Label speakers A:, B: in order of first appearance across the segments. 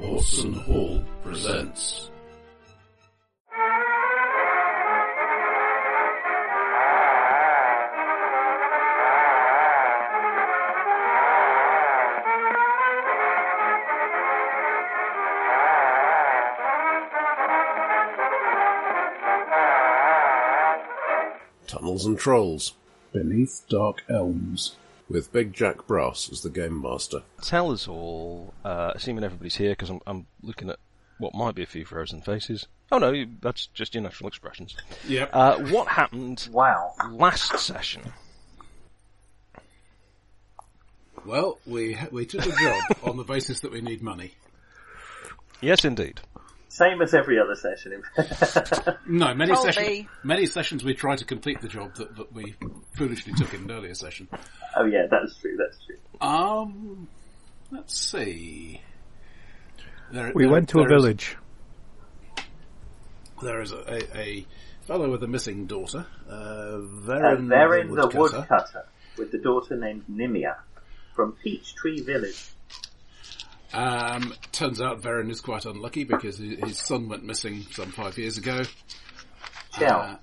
A: Watson Hall presents. Tunnels and Trolls
B: Beneath Dark Elms.
A: with Big Jack Brass as the game master.
C: tell us all, uh, assuming everybody's here, because I'm, I'm looking at what might be a few frozen faces. Oh no, you, that's just your natural expressions.
B: Yep.
C: Uh, what happened
D: Wow.
C: last session?
B: Well, we we took a job on the basis that we need money.
C: Yes, indeed.
D: Same as every other session. in fact.
B: No, many
E: Told
B: sessions.
E: me.
B: Many sessions we tried to complete the job that, that we foolishly took in an earlier session.
D: oh yeah, that's true, that's true.
B: Um, let's see. There-
F: We
B: there-
F: went to a
B: there is-
F: village.
B: there is a, a, a fellow with a missing daughter. Uh,
D: Uh,
B: Verin
D: they're in the
B: woodcutter.
D: woodcutter with the daughter named Nimia from Peachtree Village.
B: Um, turns out Verin is quite unlucky because his his son went missing some five years ago.
D: Shell.
B: Uh,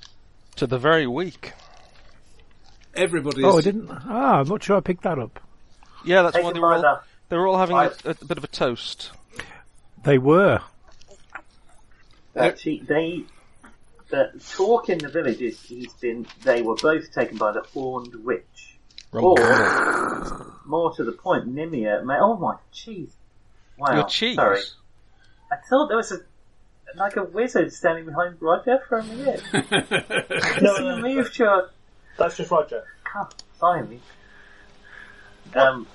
C: To the very weak.
B: everybody's
F: Oh, I didn't. Ah, I'm not sure I picked that up.
C: Yeah, that's why
D: Taken
C: they
D: by
C: were all,
D: the-
C: they were all having a,
D: Right.
C: a bit of a toast.
F: They were.
D: Uh, she, they, the talk in the village is he's been. They were both taken by the horned witch.
C: Rumble,
D: Or-
C: rumble.
D: More to the point, Nimia. May, oh my cheese! Wow,
C: Your cheese.
D: Sorry, I thought there was a like a wizard standing behind Roger for a minute. no, no, move to a
G: That's just Roger.
D: God, blimey. Um,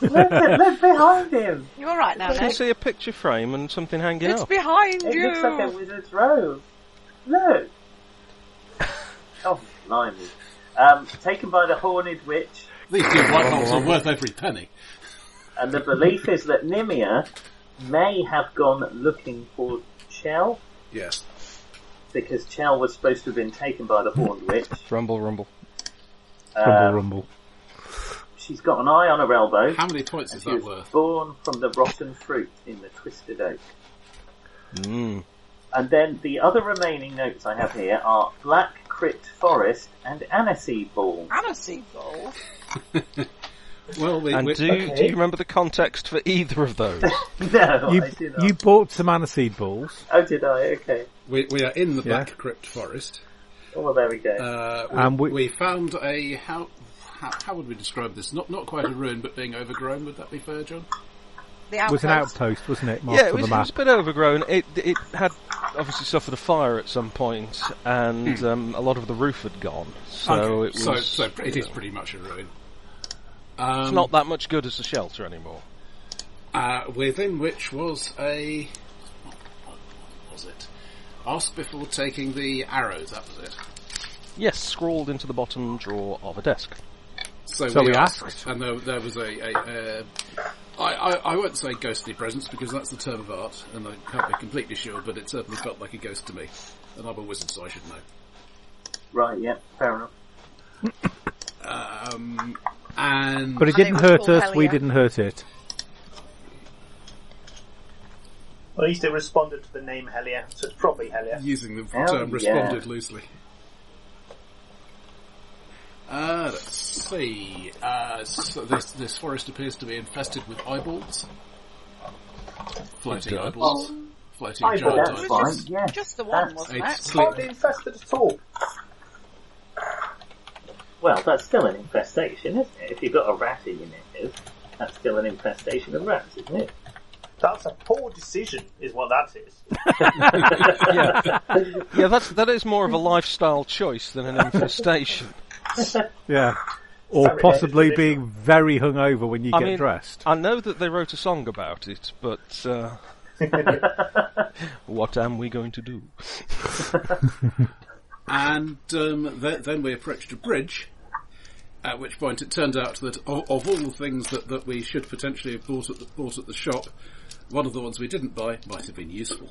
D: look, at- look behind him.
E: You're all right now,
C: I can
E: Nick.
C: see a picture frame and something hanging
E: It's
C: up.
E: behind
D: It
E: you.
D: looks like a wizard's robe. Look. Oh, blimey. Um, taken by the horned witch,
B: These two white holes are worth every penny.
D: and the belief is that Nimia may have gone looking for Chell
B: Yes.
D: because Chell was supposed to have been taken by the horned witch.
C: Rumble, rumble.
F: Rumble,
D: Um,
F: rumble.
D: She's got an eye on her elbow.
B: How many points is
D: She
B: that
D: was
B: worth?
D: born from the rotten fruit in the twisted oak.
C: Mm.
D: And then the other remaining notes I have here are Black Crypt Forest and Aniseed Ball.
E: Aniseed ball.
B: Well, we,
C: And
B: we-
C: do, do you remember the context for either of those?
D: No,
F: You,
D: I do not.
F: you bought some aniseed balls,
D: Oh, did I? Okay.
B: we, we are in the
F: Yeah.
B: Black Crypt Forest.
D: Oh, well, there we go.
B: Uh, we,
F: And
B: we,
F: we-
B: found a how, how how would we describe this? Not not quite a ruin, but being overgrown. Would that be fair, John?
E: The
F: It was an
E: outpost.
F: outpost, wasn't it? Marked
C: yeah, it
F: on
C: was,
F: the
C: it was
F: map.
C: a bit overgrown. It it had obviously suffered a fire at some point, and um, a lot of the roof had gone. So
B: Okay,
C: it was.
B: so so it
C: you
B: is
C: know,
B: pretty much a ruin.
C: It's
B: Um,
C: not that much good as a shelter anymore.
B: uh, within which was a what was it? Ask before taking the arrow. That was it.
C: Yes, scrawled into the bottom drawer of a desk.
F: So we asked.
B: and there, there was a. a uh, I, I, I won't say ghostly presence because that's the term of art, and I can't be completely sure, but it certainly felt like a ghost to me. And I'm a wizard, so I should know.
D: Right, yeah, fair enough.
B: Um, and
F: But it
E: And it
F: didn't
E: was
F: hurt
E: called
F: us. We
E: Helia.
F: didn't hurt it.
G: At least it responded to the name Helia, so it's probably Helia.
B: using the
D: Hell
B: term
D: Oh, yeah.
B: responded loosely. Uh, let's see. Uh, so this this forest appears to be infested with eyeballs, floating
C: Okay.
B: eyeballs, floating
G: Eyeball,
B: giant
D: that's
E: It
B: eyeballs.
D: fine.
E: was just,
D: Yeah.
E: just the one,
D: That's-
E: wasn't
B: It's
E: it?
B: sleep.
G: Hardly infested at all.
D: Well, that's still an infestation, isn't it? If you've got a rat in your nose, that's still an infestation of rats, isn't it?
G: That's a poor decision, is what that is.
C: Yeah, that's that is more of a lifestyle choice than an infestation.
F: Yeah. Or
G: Sorry,
F: possibly
G: it's
F: being very hungover when you
C: I
F: get
C: mean,
F: dressed.
C: I know that they wrote a song about it, but uh, what am we going to do?
B: And um, th- then we approached a bridge, at which point it turned out that of, of all the things that, that we should potentially have bought at, the, bought at the shop, one of the ones we didn't buy might have been useful.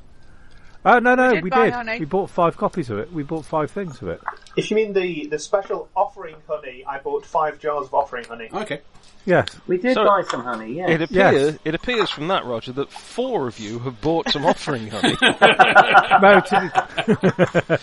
F: Oh no no,
E: We did
F: we
E: buy
F: did.
E: honey.
F: We bought five copies of it. We bought five things of it.
G: If you mean the, the special offering honey, I bought five jars of offering honey.
B: Okay.
F: Yes.
D: We did
C: So-
D: buy some honey, yeah.
C: It
F: Yes.
C: appears it appears from that, Roger, that four of you have bought some offering honey.
F: No, to be,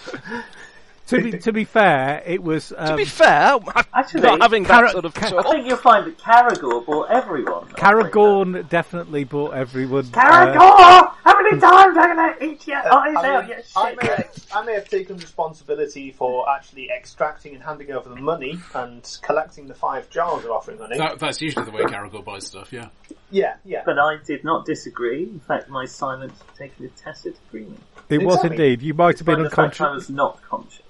F: to be to be fair, it was um,
C: to be fair, I'm
D: Actually,
C: not having
F: carrot-
C: that sort of
F: ca-
D: I
C: talk.
D: think you'll find that Caragor bought everyone.
F: Caragorn definitely bought everyone. uh,
D: Caragor! How many times am Uh, Oh, I going to eat your eyes
G: I,
D: out?
G: mean,
D: You
G: I, may
D: shit.
G: have, I may have taken responsibility for actually extracting and handing over the money and collecting the five jars of offering honey.
B: That, that's usually the way Caragor buys stuff, yeah.
G: Yeah, yeah.
D: But I did not disagree. In fact, my silence was taken a tacit agreement.
F: it was
G: Exactly.
F: indeed. You might have been
D: Despite the fact I
F: unconscious.
D: was not conscious.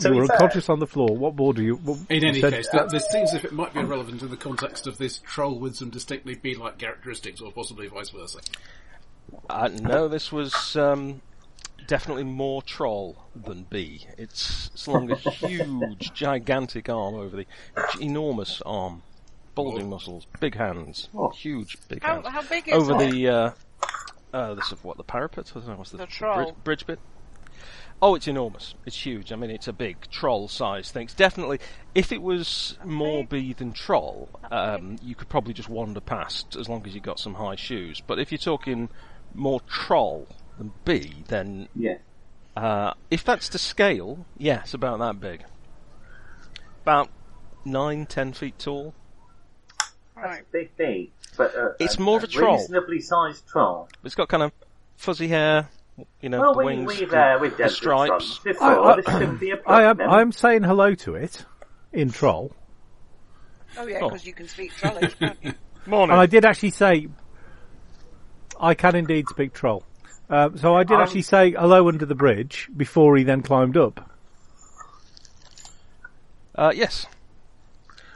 G: To
F: You
G: be
F: were
G: fair,
F: unconscious on the floor. What more do you? What,
B: In
F: you
B: any
F: said-
B: case, th- this seems as if it might be relevant in the context of this troll with some distinctly bee-like characteristics, or possibly vice versa.
C: Uh, no, this was um, definitely more troll than bee. It's slung a huge, gigantic arm over the enormous arm, bulging muscles, big hands, huge big
E: How,
C: hands
E: how big is
C: over
E: it?
C: the uh, uh, this of what the parapet? I don't know what's the,
E: The troll.
C: bridge, bridge bit. Oh, it's enormous. It's huge. I mean, it's a big troll size thing. It's definitely, if it was more bee than troll, um, you could probably just wander past as long as you got some high shoes. But if you're talking more troll than bee, then
D: Yeah.
C: uh, if that's to scale, yes, about that big. About nine, ten feet tall.
E: Right.
D: Big bee. But uh,
C: It's more of a troll.
D: Reasonably sized troll.
C: It's got kind of fuzzy hair, you know,
D: Well,
C: the
D: we,
C: wings,
D: we've,
C: the-
D: uh, we've
C: the
D: dealt with
C: stripes.
D: trolls before.
F: I- I-
D: this shouldn't be a problem.
F: I am I'm saying hello to it in troll,
E: Oh yeah,
C: Oh.
E: because you can speak Trollish, can't you?
F: and I did actually say I can indeed speak troll. Um, so I did
D: I'm-
F: actually say hello under the bridge before he then climbed up.
C: Uh, yes.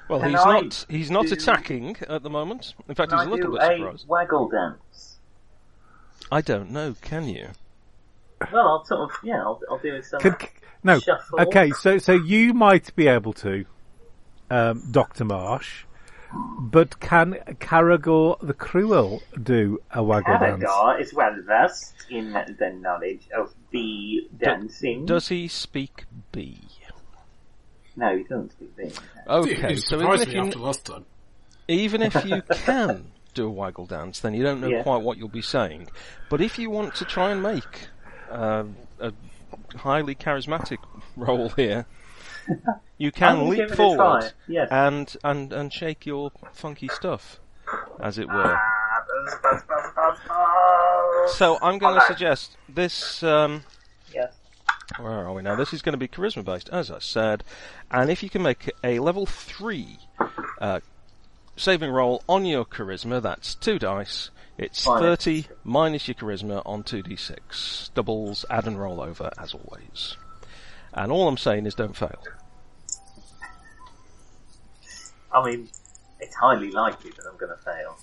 C: Well,
D: Can
C: he's
D: I
C: not. He's not
D: do-
C: attacking at the moment. In fact,
D: Can
C: he's a
D: I
C: little
D: do
C: bit
D: a
C: surprised.
D: waggle dance?
C: I don't know. Can you?
D: Well, I'll sort of, yeah, I'll, I'll do some.
F: Could, no,
D: Shuffle.
F: okay. So so you might be able to, um, Doctor Marsh, but can Caragor the Cruel do a waggle dance?
D: Anagar is well versed in the knowledge of bee dancing.
C: Does he speak B?
D: No, he doesn't speak bee.
C: Okay.
B: it
C: So
B: surprised
C: even if
B: me after
C: you,
B: last time.
C: even if you can do a waggle dance, then you don't know
D: Yeah.
C: quite what you'll be saying. But if you want to try and make um, a highly charismatic role here, you
D: gonna
C: can
D: give
C: leap
D: it a
C: forward
D: try, yes.
C: and and and shake your funky stuff, as it were.
D: Ah, buzz, buzz, buzz, buzz, buzz.
C: So I'm going to
D: Hello.
C: suggest this. Um,
D: Yes.
C: Where are we now? This is going to be charisma based, as I said. And if you can make a level 3 uh, saving roll on your charisma, that's two dice. It's
D: Fine.
C: 30 minus your charisma on 2d6. Doubles, add and roll over, as always. And all I'm saying is don't fail.
D: I mean, it's highly likely that I'm going to fail.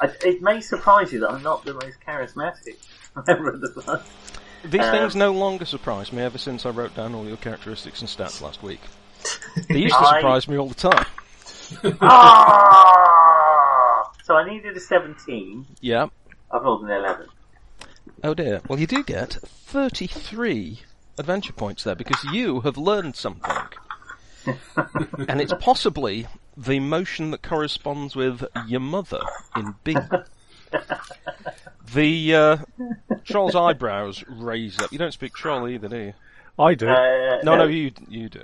D: I, it may surprise you that I'm not the most charismatic member of the bunch.
C: These
D: Um,
C: things no longer surprise me ever since I wrote down all your characteristics and stats last week. They used to
D: I-
C: surprise me all the time.
D: Ah! So I needed a 17.
C: Yeah.
D: I've rolled an 11.
C: Oh dear. Well, you do get 33 adventure points there because you have learned something. and it's possibly the motion that corresponds with your mother in B. the uh, troll's eyebrows raise up. You don't speak troll either, do you?
F: I do.
D: Uh,
C: No, no, you you do.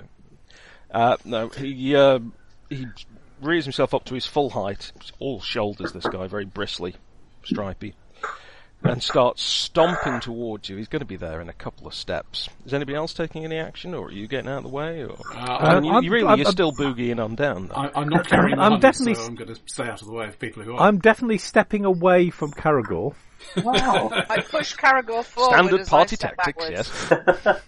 C: Uh, no, he uh, he rears himself up to his full height, all shoulders. This guy, very bristly, stripy, and starts stomping towards you. He's going to be there in a couple of steps. Is anybody else taking any action, or are you getting out of the way? Or
B: Uh,
C: I mean, you,
F: I'm-
C: you really,
F: I'm-
C: you're
F: I'm-
C: still boogieing on down. Though.
B: I, I'm not carrying
F: I'm
B: I'm
F: definitely-
B: so I'm going to stay out of the way of people who are.
F: I'm definitely stepping away from Caragor.
D: Wow.
E: I push Caragor forward.
C: Standard
E: as I
C: party
E: step
C: tactics,
E: backwards.
C: yes.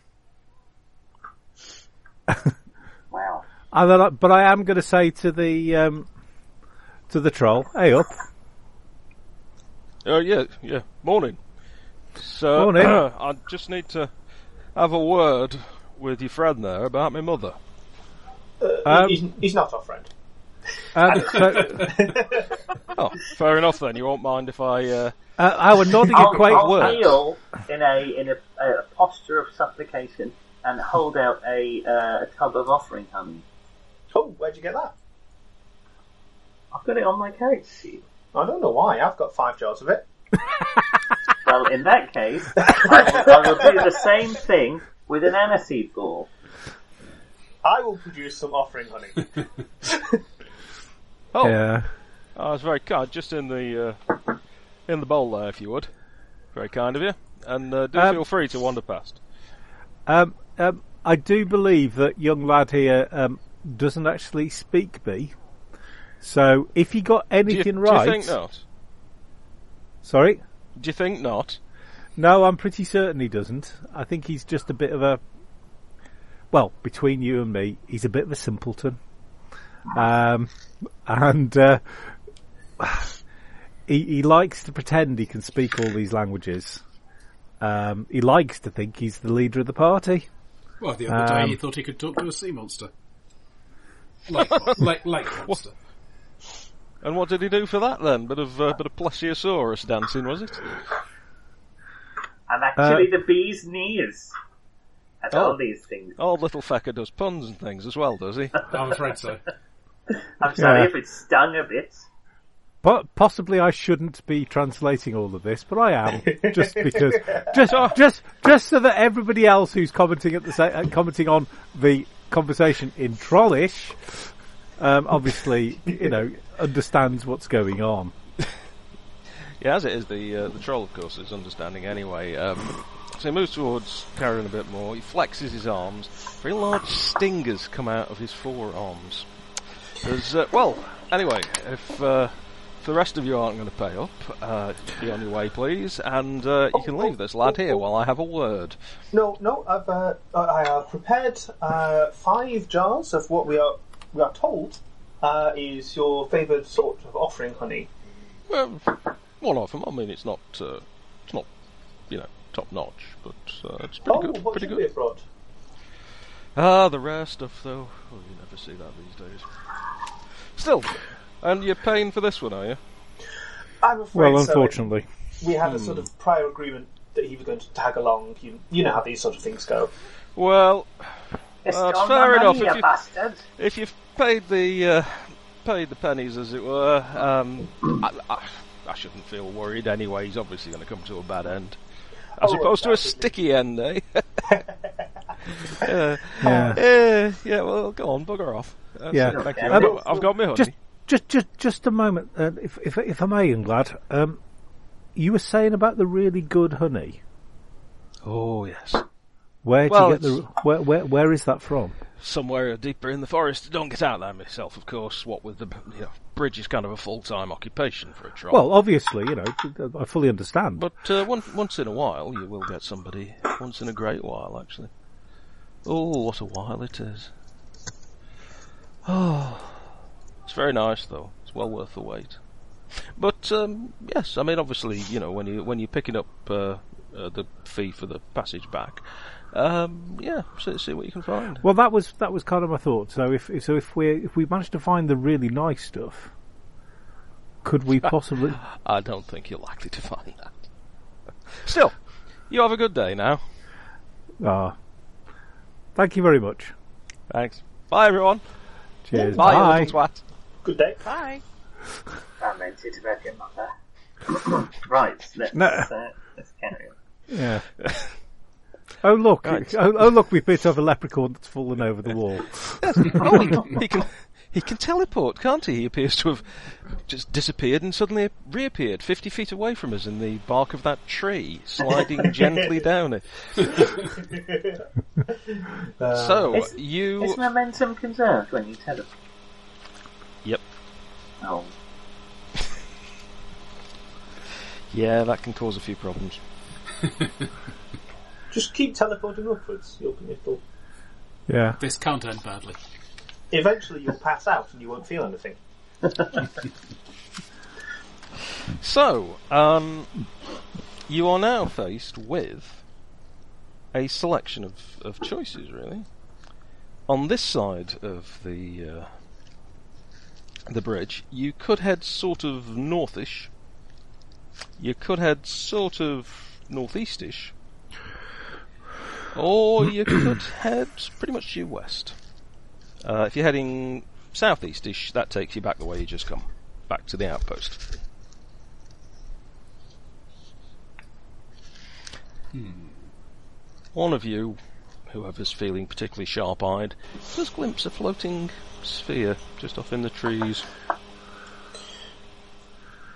D: wow.
F: And then I, but I am going to say to the um, to the troll, "Hey up,
C: Oh yeah, yeah. Morning. So
F: Morning.
C: I just need to have a word with your friend there about my mother.
G: Uh,
F: Um,
G: he's, he's not our friend.
F: Um, so,
C: Oh, fair enough then. You won't mind if I. Uh...
F: uh, our nodding
D: I'll, I'll
F: acquaintance.
C: words.
D: kneel in a in a, a posture of supplication and hold out a, uh, a tub of offering honey.
G: Oh, where'd you get that?
D: I've got it on my character sheet.
G: I don't know why. I've got five jars of it.
D: Well, in that case, I will, I will do the same thing with an aniseed ball.
G: I will produce some offering honey.
C: Oh,
F: Yeah.
C: I was very kind. Just in the uh, in the bowl there, if you would. Very kind of you. And uh, do
F: Um,
C: feel free to wander past.
F: Um, um, I do believe that young lad here um, doesn't actually speak B. So if he got
C: Do you,
F: anything
C: do
F: right,
C: you think not?
F: sorry,
C: Do you think not?
F: no, I'm pretty certain he doesn't. I think he's just a bit of a, well, between you and me, he's a bit of a simpleton, um, and uh, he, he likes to pretend he can speak all these languages. Um, he likes to think he's the leader of the party.
B: Well, the other
F: Um,
B: day he thought he could talk to a sea monster. Lake, lake, lake monster.
C: And what did he do for that then? Bit of uh, bit of plesiosaurus dancing, was it?
D: And actually, the bee's knees at
C: Uh, Oh.
D: all these things.
C: Oh, little fecker does puns and things as well, does he?
B: I'm afraid so.
D: I'm sorry
F: Yeah.
D: if it stung a bit.
F: But possibly I shouldn't be translating all of this, but I am just because just just just so that everybody else who's commenting at the sa- uh, commenting on the conversation in Trollish, um, obviously you know understands what's going on.
C: Yeah, as it is, the uh, the troll, of course, is understanding anyway. Um, so he moves towards Karen a bit more. He flexes his arms. Very large stingers come out of his forearms. There's, uh, well, anyway, if, uh, if the rest of you aren't going to pay up, uh, be on your way, please, and uh, you can leave this lad here while I have a word.
G: No, no, I've uh, I have prepared uh, five jars of what we are we are told uh, is your favoured sort of offering honey.
C: Well, one of them. I mean, it's not, uh, it's not, you know, top notch, but uh, it's pretty
G: oh,
C: good.
G: what
C: Pretty
G: should
C: good.
G: we have brought?
C: Ah, the rare stuff, though. Oh, you never see that these days. Still, and you're paying for this one, are you?
G: I'm afraid.
F: Well,
G: so.
F: unfortunately,
G: we had a
C: Hmm.
G: sort of prior agreement that he was going to tag along. You, you know how these sort of things go.
C: Well,
D: It's
C: Well, it's
D: on
C: fair
D: my
C: enough
D: money,
C: if
D: you
C: you-
D: bastard.
C: if you've paid the uh, paid the pennies, as it were, um, I, I, I shouldn't feel worried anyway. He's obviously going to come to a bad end, as
G: Oh,
C: opposed to a
G: exactly.
C: sticky end, eh?
F: yeah.
C: Eh, yeah. Well, go on, bugger off. That's
F: Yeah.
C: it, thank you.
D: Um,
C: I've got, I've got my honey.
F: Just just just just a moment, uh, if if if I may, young lad, um, you were saying about the really good honey.
C: Oh yes.
F: Where do
C: Well,
F: you get the
C: it's-
F: where where where is that from?
C: somewhere deeper in the forest. Don't get out there myself, of course. What with the you know, bridge is kind of a full time occupation for a troll.
F: Well, obviously, you know, I fully understand.
C: but uh, once once in a while you will get somebody. Once in a great while, actually. Oh, what a while it is! Oh, it's very nice though. It's well worth the wait. But um, yes, I mean, obviously, you know, when you when you're picking up uh, uh, the fee for the passage back, um, yeah, see, see what you can find.
F: Well, that was that was kind of my thought. So if so, if we if we manage to find the really nice stuff, could we possibly?
C: I don't think you're likely to find that. Still, you have a good day now.
F: Ah, thank you very much.
C: Thanks. Bye, everyone.
F: Cheers.
C: Bye, you little twat.
G: Good day.
E: Bye.
D: I meant it about your mother. right, let's,
F: No.
D: uh, let's carry on.
F: Yeah. Oh look!
C: Right.
F: Oh, oh look! We bit off a leprechaun that's fallen over the wall.
C: Oh, he can, he can he can teleport, can't he? He appears to have just disappeared and suddenly reappeared fifty feet away from us in the bark of that tree, sliding gently down it. so
D: Is-
C: you
D: Is momentum conserved when you tell them?
C: Yep.
D: Oh.
C: Yeah, that can cause a few problems.
G: Just keep teleporting upwards. You'll, it'll,
F: Yeah.
B: This can't end badly.
G: eventually, you'll pass out and you won't feel anything.
C: So, um you are now faced with a selection of, of choices, really. On this side of the uh, the bridge, you could head sort of northish. You could head sort of northeastish. Or you could head pretty much due west. Uh, if you're heading southeastish, that takes you back the way you just come, back to the outpost. One of you, whoever's feeling particularly sharp-eyed, does glimpse a floating sphere just off in the trees.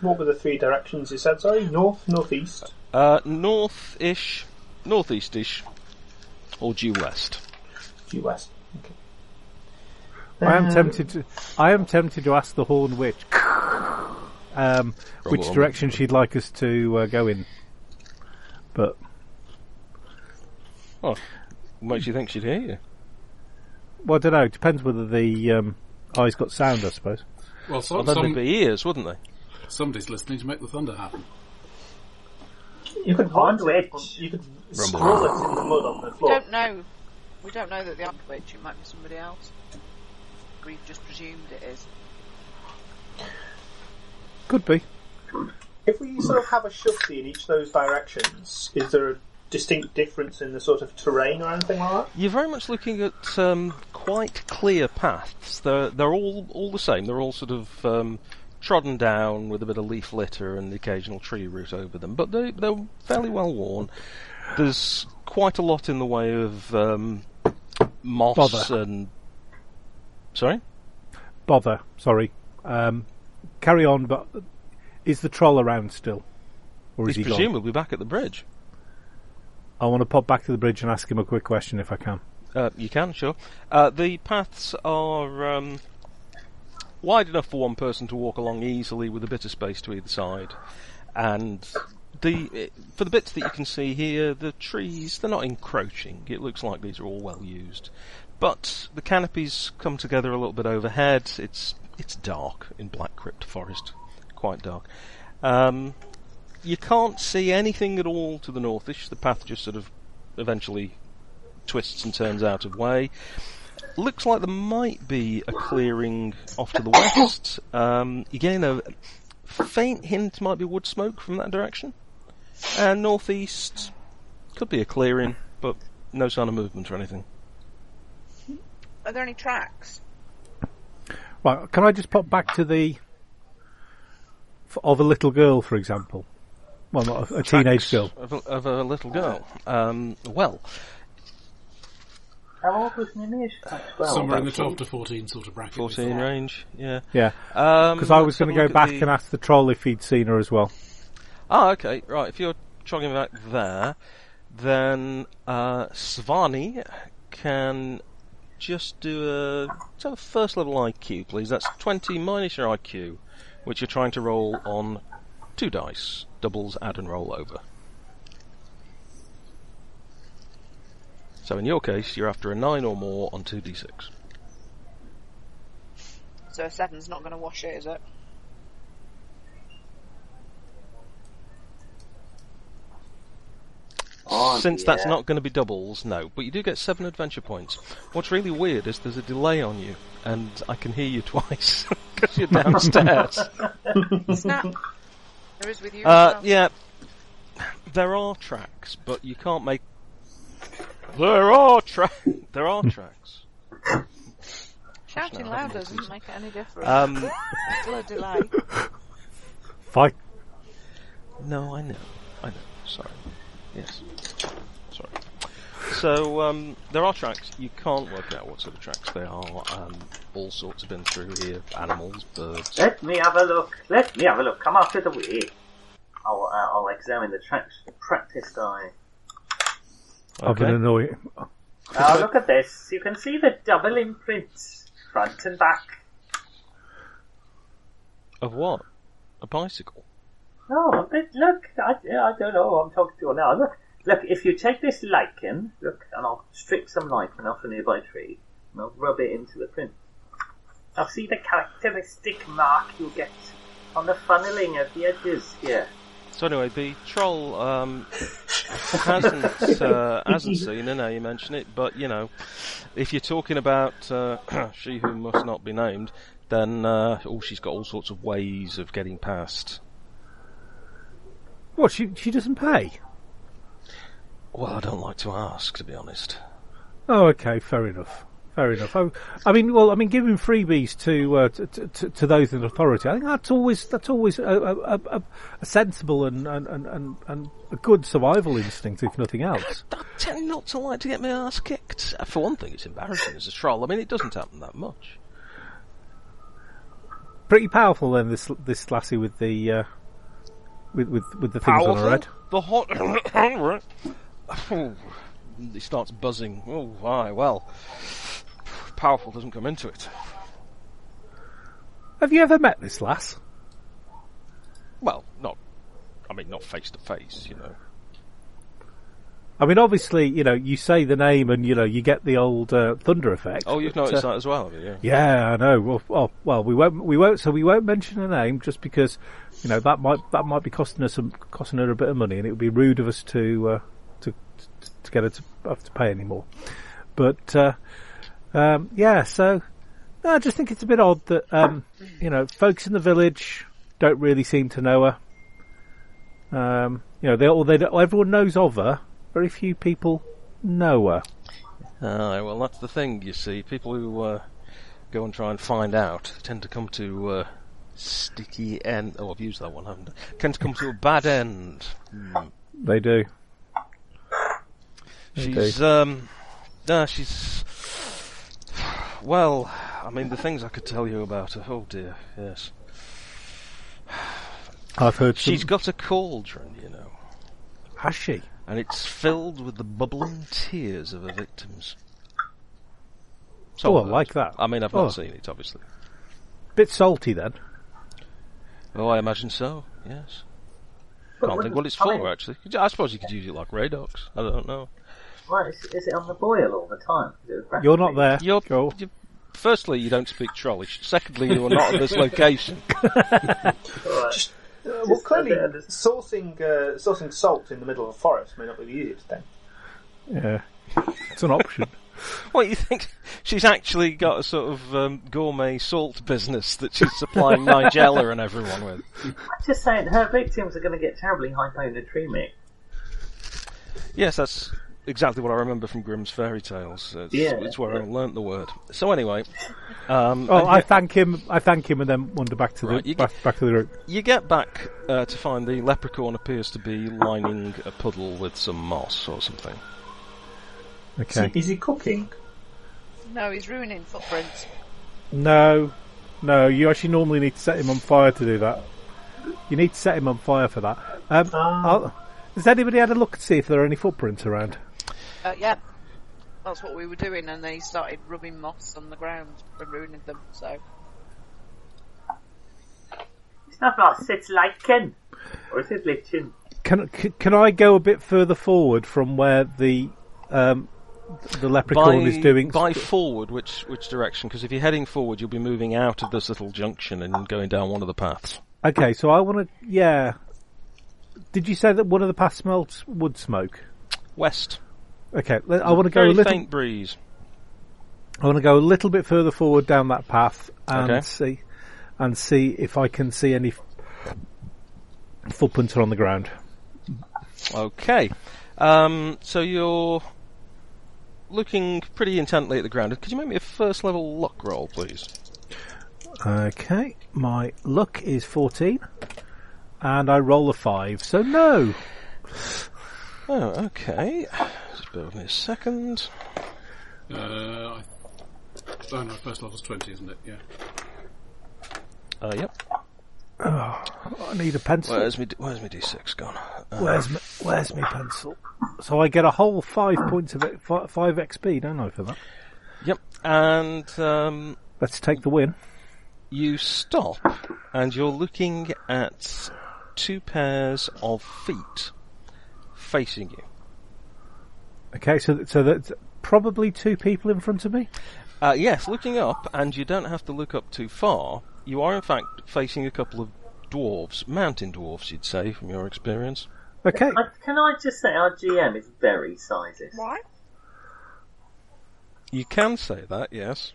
G: What were the three directions you said? Sorry, north, northeast.
C: Uh, north-ish, northeast-ish, or due west.
G: Due west. Okay.
F: I am
G: Um,
F: tempted to, I am tempted to ask the Horn Witch, um, which
C: Problem.
F: direction she'd like us to uh, go in. But
C: Oh, makes you think she'd hear you.
F: well, I don't know. Depends whether the um, eyes got sound, I suppose.
B: Well,
C: Well,
B: some,
C: then
B: some,
C: they'd be ears, wouldn't they?
B: somebody's listening to make the thunder happen.
G: You could hide
D: Find
G: it.
D: which.
G: You could scroll it in the mud on the
E: We
G: floor.
E: don't know. We don't know that the other witch. It might be somebody else. We've just presumed it is.
F: Could be.
G: If we sort of have a shifty in each of those directions, is there a distinct difference in the sort of terrain or anything like
C: You're very much looking at um, quite clear paths. They're they're all all the same. They're all sort of um, trodden down with a bit of leaf litter and the occasional tree root over them, but they they're fairly well worn. There's quite a lot in the way of um, moss
F: Bother.
C: and sorry.
F: Bother. Sorry. Um, carry on. But is the troll around still, or is
C: He's
F: he gone?
C: presumably back at the bridge.
F: I want to pop back to the bridge and ask him a quick question if I can.
C: Uh, you can, sure. Uh, the paths are um, wide enough for one person to walk along easily with a bit of space to either side. And the eh, for the bits that you can see here, the trees, they're not encroaching. It looks like these are all well used. But the canopies come together a little bit overhead. It's it's dark in Black Crypt Forest. Quite dark. Um, you can't see anything at all to the northish. The path just sort of eventually twists and turns out of way. Looks like there might be a clearing off to the west. Um, you gain a faint hint might be wood smoke from that direction. And northeast could be a clearing, but no sign of movement or anything.
E: Are there any tracks?
F: Right, can I just pop back to the f- of a little girl, for example? Well, not a, a teenage girl.
C: Of a, of a little girl. Um, well,
D: How old was Nimish? Like 12.
B: Somewhere in the
C: about
B: 12 to 14 sort of bracket.
C: 14
B: Is-
C: range, yeah.
F: Yeah,
C: Because
F: because Um, I was going to go back and ask the troll if he'd seen her as well.
C: Ah, okay, right. If you're jogging back there, then uh, Svani can just do a, let's have a first level IQ, please. That's 20 minus your IQ, which you're trying to roll on two dice. Doubles, add, and roll over. So in your case, you're after a 9 or more on 2d6.
E: So a seven's not going to wash it, is it?
C: Since
D: Oh,
C: that's not going to be doubles, no. But you do get seven adventure points. What's really weird is there's a delay on you, and I can hear you twice because you're downstairs.
E: Snap. there is with you.
C: uh,
E: as well.
C: yeah, there are tracks, but you can't make. There are tracks. There are tracks.
E: Shouting
C: No, I
E: loud
C: haven't
E: doesn't make it any difference.
C: Um,
E: Still a delay.
F: Fight.
C: no, I know. I know. Sorry. Yes. Sorry. So um, there are tracks. You can't work out what sort of tracks they are. Um, all sorts have been through here: animals, birds.
D: Let me have a look. Let me have a look. Come after the way. I'll, uh, I'll examine the tracks. Practice eye.
F: I've been annoyed.
D: Oh, look at this. You can see the double imprints, front and back.
C: Of what? A bicycle.
D: Oh, but look, I, I don't know what I'm talking to now. Look, look, if you take this lichen, look, and I'll strip some lichen off a nearby tree, and I'll rub it into the print. I'll see the characteristic mark you get on the funneling of the edges here.
C: So anyway, the troll um, hasn't uh, hasn't seen her. Now you mention it, but you know, if you're talking about uh, she who must not be named, then uh, oh, she's got all sorts of ways of getting past.
F: What? She she doesn't pay.
C: Well, I don't like to ask, to be honest.
F: Oh, okay, fair enough. Fair enough. I, I mean, well, I mean, giving freebies to, uh, to, to to those in authority, I think that's always that's always a, a, a, a sensible and and, and- and and a good survival instinct, if nothing else.
C: I tend not to like to get my ass kicked. For one thing, it's embarrassing as a troll. I mean, it doesn't happen that much.
F: Pretty powerful, then this this lassie with the uh, with with with the things on her head.
C: The hot. he starts buzzing. Oh, aye, well. Powerful doesn't come into it.
F: Have you ever met this lass?
C: Well, not. I mean, not face to face, you know.
F: I mean, obviously, you know, you say the name and you know you get the old uh, thunder effect.
C: Oh, you've
F: but,
C: noticed
F: uh,
C: that as well, have you? Yeah.
F: Yeah, I know. Well, well, well, we won't, we won't. So we won't mention her name just because, you know, that might that might be costing us some, costing her a bit of money, and it would be rude of us to uh, to to get her to have to pay anymore. But uh, um, yeah, so no, I just think it's a bit odd that um, you know folks in the village don't really seem to know her. Um, you know, they all they don't- everyone knows of her. Very few people know her.
C: Aye, well, that's the thing, you see. People who uh, go and try and find out tend to come to uh, sticky end. Oh, I've used that one, haven't I? Tend to come to a bad end.
F: They do.
C: She's um, ah, she's well. I mean, the things I could tell you about her. Oh dear, yes.
F: I've heard
C: She's
F: some-
C: got a cauldron, you know,
F: has she?
C: and it's filled with the bubbling tears of her victims.
F: Oh, I
C: I've heard.
F: like that.
C: I mean, I've
F: Oh.
C: not seen it, obviously.
F: Bit salty then.
C: Oh, I imagine so. Yes.
D: But
C: Can't
D: what
C: think
D: does-
C: what it's
D: I
C: for
D: mean-
C: actually. I suppose you could use it like Radox. I don't know.
D: Why is, is it on the boil all the time? Is it a
F: You're not there.
C: You're,
F: Joel.
C: you- firstly, you don't speak Trollish. Secondly, you are not at this location.
D: Alright.
G: Uh, well, clearly,
D: Just- just-
G: sourcing uh, sourcing salt in the middle of a forest may not be the easiest thing.
F: Yeah. It's an option.
C: What you think? She's actually got a sort of um, gourmet salt business that she's supplying Nigella and everyone with.
D: I'm just saying, her victims are going to get terribly hyponatremic.
C: Yes, that's exactly what I remember from Grimm's fairy tales. It's,
D: Yeah.
C: it's where I learnt the word. So anyway, um,
F: Oh,
C: and
F: I
C: yet-
F: thank him. I thank him, and then wander back to the
C: Right, you
F: back, back to the room.
C: You get back uh, to find the leprechaun appears to be lining a puddle with some moss or something.
F: Okay.
G: Is he cooking?
E: No, he's ruining footprints.
F: No, no. You actually normally need to set him on fire to do that. You need to set him on fire for that. Um,
G: Ah.
F: I'll- has anybody had a look to see if there are any footprints around?
E: Uh, yeah. That's what we were doing, and they started rubbing moss on the ground and ruining them. So
D: It's not us, it's lichen. Or is it lichen?
F: Can c- can I go a bit further forward from where the um, the leprechaun is doing?
C: by forward, which which direction? Because if you're heading forward, you'll be moving out of this little junction and going down one of the paths.
F: Okay, so I want to. Yeah. Did you say that one of the past smells wood smoke?
C: West.
F: Okay, let- I want to go a
C: Very
F: little.
C: faint breeze.
F: I want to go a little bit further forward down that path and
C: Okay.
F: see, and see if I can see any f- footprints are on the ground.
C: Okay. Um, so you're looking pretty intently at the ground. Could you make me a first level luck roll, please?
F: Okay, my luck is fourteen, and I roll a five. So no.
C: Oh, okay. Just bear with me a second.
B: Uh, I, oh no, first level's 20, isn't it? Yeah.
C: Uh, yep.
F: I need a pencil.
C: Where's my d- Where's my d6 gone? Uh,
F: Where's my, where's my pencil? So I get a whole five points of it, fi- five XP, don't I, for that?
C: yep. And um,
F: Let's take the win.
C: you stop, and you're looking at two pairs of feet facing you.
F: Okay, so th- so that's probably two people in front of me.
C: Uh, yes, looking up, and you don't have to look up too far. You are in fact facing a couple of dwarves, mountain dwarves, you'd say, from your experience.
F: Okay,
D: I, can I just say our GM is very sizes?
E: why?
C: You can say that, yes.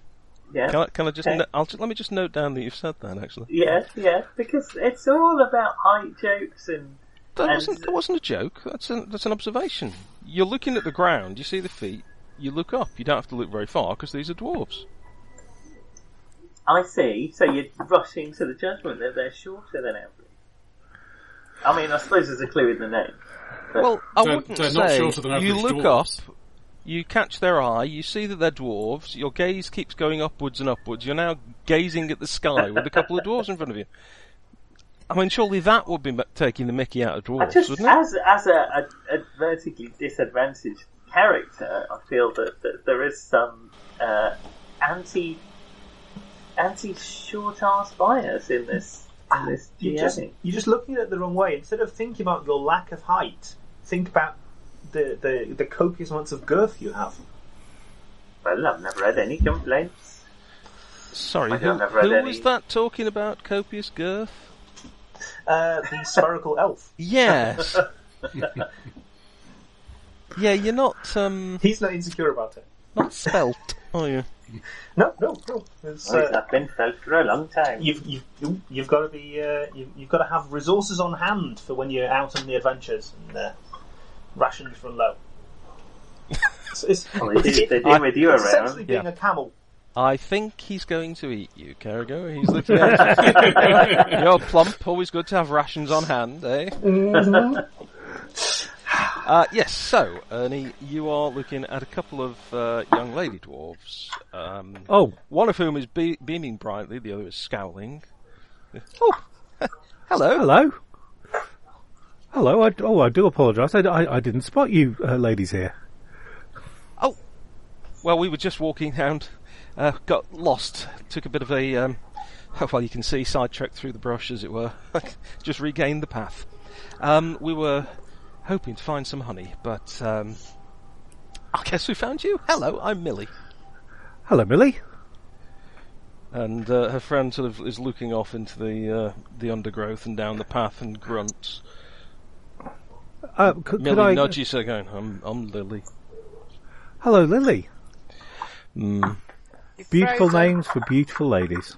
D: Yeah.
C: Can I, can I just,
D: Okay.
C: no- I'll just, let me just note down that you've said that actually.
D: Yeah, yeah, because it's all about height jokes and
C: That
D: And-
C: wasn't, that wasn't a joke. That's an, that's an observation. You're looking at the ground, you see the feet, you look up. You don't have to look very far because these are dwarves.
D: I see. So you're rushing to the judgment that they're shorter than everyone. I mean, I suppose there's a clue in the name.
C: Well, I
B: They're-
C: wouldn't
B: they're not
C: say
B: shorter than
C: you
B: average
C: look
B: dwarves.
C: up, you catch their eye, you see that they're dwarves. Your gaze keeps going upwards and upwards. You're now gazing at the sky with a couple of dwarves in front of you. I mean, surely that would be ma- taking the Mickey out of
D: I
C: dwarves,
D: just,
C: wouldn't it?
D: as as a, a, a vertically disadvantaged character, I feel that, that there is some uh, anti anti short ass bias in this in this
G: You're just,
D: GMing.
G: you're just looking at it the wrong way. Instead of thinking about your lack of height, think about the, the, the copious amounts of girth you have.
D: Well, I've never had any complaints.
C: Sorry,
D: I
C: who,
D: don't have read
C: who
D: any.
C: was that talking about copious girth?
G: Uh, the spherical elf.
C: Yes. yeah, you're not um
G: He's not insecure about it.
C: not spelt, are you?
G: No, no, no. It's,
D: Oh,
G: uh,
D: I've been felt for a long time.
G: you've you've you- you've got to be uh, you've, you've got to have resources on hand for when you're out on the adventures and uh, rationed from low. It's, it's,
D: Well, they do, they do
C: I-
D: with you
G: it's
D: around.
G: essentially being
C: Yeah.
G: a camel.
C: I think he's going to eat you, Carragher. He's looking at you. You're plump, always good to have rations on hand, eh? uh, yes, so, Ernie, you are looking at a couple of uh, young lady dwarves. Um,
F: Oh,
C: One of whom is be- beaming brightly, the other is scowling. Oh, hello.
F: hello. Hello. I, oh, I do apologise. I, I, I didn't spot you, uh, ladies here.
C: Well, we were just walking round, uh, got lost, took a bit of a, um, well, you can see, sidetracked through the brush, as it were. just regained the path. Um, we were hoping to find some honey, but um, I guess we found you. Hello, I'm Millie.
F: Hello, Millie.
C: And uh, her friend sort of is looking off into the uh, the undergrowth and down the path and grunts.
F: Uh, c- could,
C: Millie
F: I?
C: nudges her, going, "I'm, I'm Lily."
F: Hello, Lily.
C: Mm.
E: You're
F: Beautiful
E: frozen.
F: names for beautiful ladies.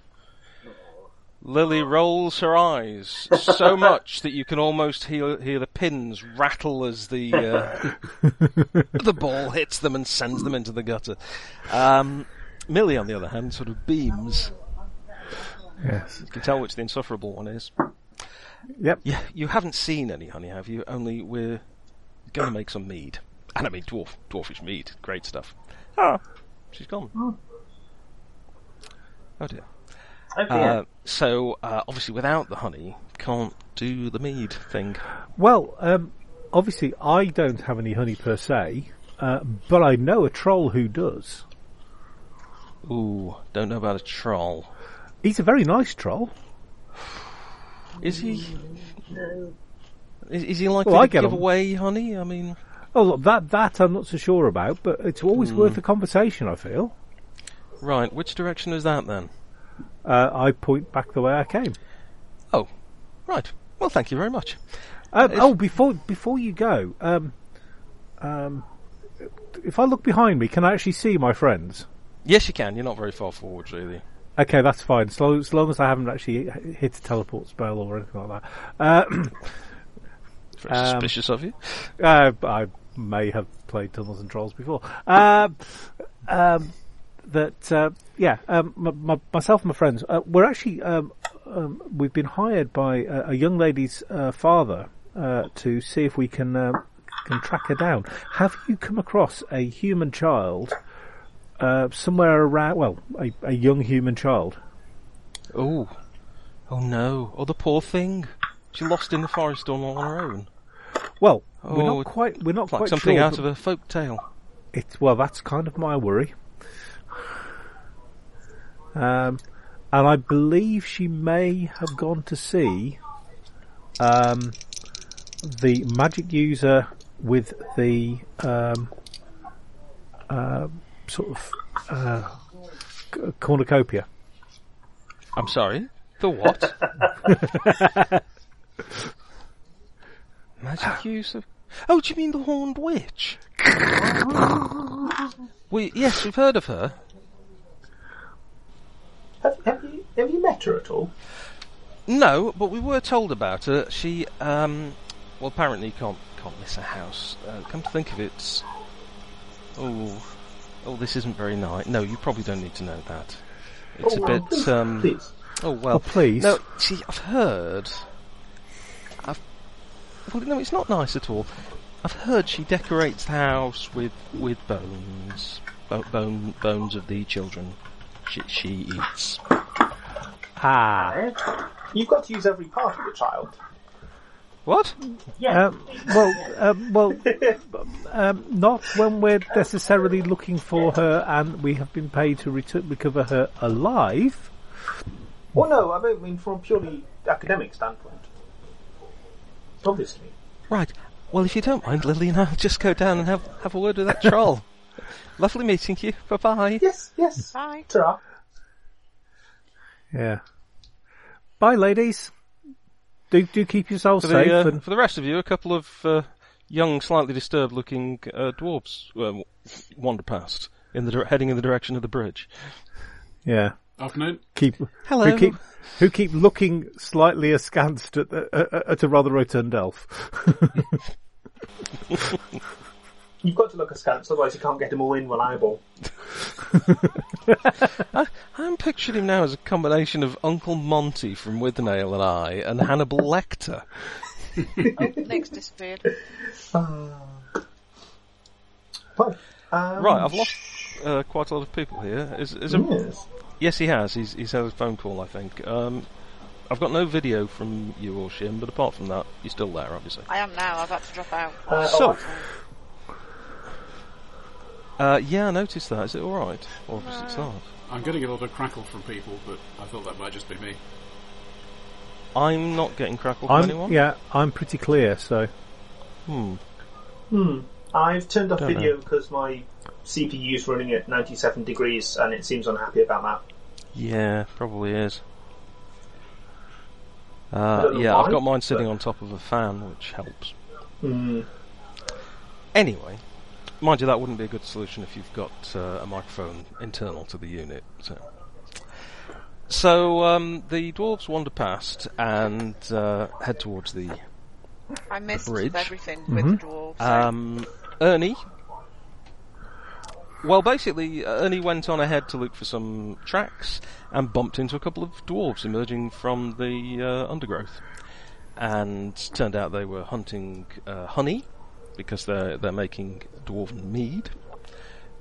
C: Lily rolls her eyes so much that you can almost hear, hear the pins rattle as the uh, the ball hits them and sends them into the gutter. Um, Millie, on the other hand, sort of beams.
F: Yes.
C: You can tell which the insufferable one is.
F: Yep.
C: Yeah, you haven't seen any honey, have you? Only we're going to make some mead, and I mean dwarf dwarfish mead. Great stuff. Ah, she's gone. Oh dear.
D: Oh dear.
C: Uh, so uh, obviously, without the honey, can't do the mead thing.
F: Well, um, obviously, I don't have any honey per se, uh, but I know a troll who does.
C: Ooh, don't know about a troll.
F: He's a very nice troll.
C: Is he? Is, is he likely
F: Well, I
C: to
F: get
C: give
F: on.
C: away honey? I mean,
F: Oh, look, that that I'm not so sure about, but it's always worth a conversation. I feel.
C: right. Which direction is that then?
F: Uh, I point back the way I came.
C: Oh, right. Well, thank you very much.
F: Um,
C: If-
F: oh, before before you go, um, um, if I look behind me, can I actually see my friends?
C: Yes, you can. You're not very far forward, really.
F: Okay, that's fine. So, as long as I haven't actually h- hit a teleport spell or anything like that, uh,
C: It's very
F: Um,
C: suspicious of you.
F: uh, I may have played Tunnels and Trolls before. Uh, um, that uh, yeah, um, my, my, myself and my friends, uh, we're actually um, um, we've been hired by a, a young lady's uh, father uh, to see if we can um can track her down. Have you come across a human child uh, somewhere around? Well, a, a young human child.
C: Oh, oh no. Oh, the poor thing. She lost in the forest all on her own.
F: Well, we're
C: Oh,
F: not quite. We're not
C: Like
F: quite
C: something
F: sure,
C: out
F: but
C: of a folk tale.
F: It's well, that's kind of my worry. Um, and I believe she may have gone to see um, the magic user with the um, uh, sort of uh, c- cornucopia.
C: I'm sorry. The what? Magic use of. Oh, do you mean the Horned Witch? we yes, we've heard of her.
G: Have, have you have you met her at all?
C: No, but we were told about her. She, um, well, apparently you can't can't miss a house. Uh, come to think of it, oh, oh, this isn't very nice. No, you probably don't need to know that. It's
G: Oh,
C: a
G: well,
C: bit.
G: please-
C: um,
G: please.
C: Oh well,
F: Oh, please.
C: No, see, I've heard. I've. Well, no, it's not nice at all. I've heard she decorates the house with with bones, bo- bone bones of the children. She, she eats.
F: Ah.
G: Eh? You've got to use every part of the child.
C: What?
F: Uh, well, um, well, um, not when we're necessarily looking for her, and we have been paid to retu- recover her alive.
G: Well, no, I don't mean from a purely academic standpoint. Obviously.
C: Right. Well, if you don't mind, Lily, and I'll just go down and have have a word with that troll. Lovely meeting you. Bye bye.
G: Yes, yes.
E: Bye.
G: Ta-ra.
F: Yeah. Bye, ladies. Do do keep yourselves
C: For
F: safe.
C: the, uh,
F: and
C: for the rest of you, a couple of uh, young, slightly disturbed-looking uh, dwarves uh, wander past, in the dir- heading in the direction of the bridge.
F: yeah.
B: Afternoon.
F: Keep
C: Hello.
F: Who keep who keep looking slightly askance at, the- uh, uh, at a rather rotund elf.
G: You've got to look askance, otherwise you can't get them all in one eyeball.
C: I'm picturing him now as a combination of Uncle Monty from Withnail and I and Hannibal Lecter.
E: Oh, Nick's disappeared.
G: Well, um,
C: Right, I've lost uh, quite a lot of people here. Is, is there-
G: Yes.
C: Yes, he has. He's, he's had a phone call, I think. Um, I've got no video from you or Shim, but apart from that, you're still there, obviously.
E: I am now. I've had to drop out.
G: Uh,
C: So-
G: alright.
C: Uh, yeah, I noticed that. Is it alright? Or is it not?
B: I'm getting a lot of crackle from people, but I thought that might just be me.
C: I'm not getting crackled from
F: I'm
C: anyone.
F: yeah, I'm pretty clear. So
C: Hmm.
G: I've turned off
C: Don't
G: video
C: know.
G: because my CPU's running at 97 degrees and it seems unhappy about that.
C: Yeah, probably is.
G: I
C: Uh,
G: don't know
C: yeah,
G: why,
C: I've got mine sitting
G: but-
C: on top of a fan, which helps.
G: Mm.
C: Anyway, mind you, that wouldn't be a good solution if you've got uh, a microphone internal to the unit. So, so um, the dwarves wander past and uh, head towards the.
E: I missed
C: Bridge.
E: everything with the dwarves.
C: Um, Ernie. Well, basically, uh, Ernie went on ahead to look for some tracks and bumped into a couple of dwarves emerging from the uh, undergrowth. And turned out they were hunting uh, honey because they're they're making dwarven mead.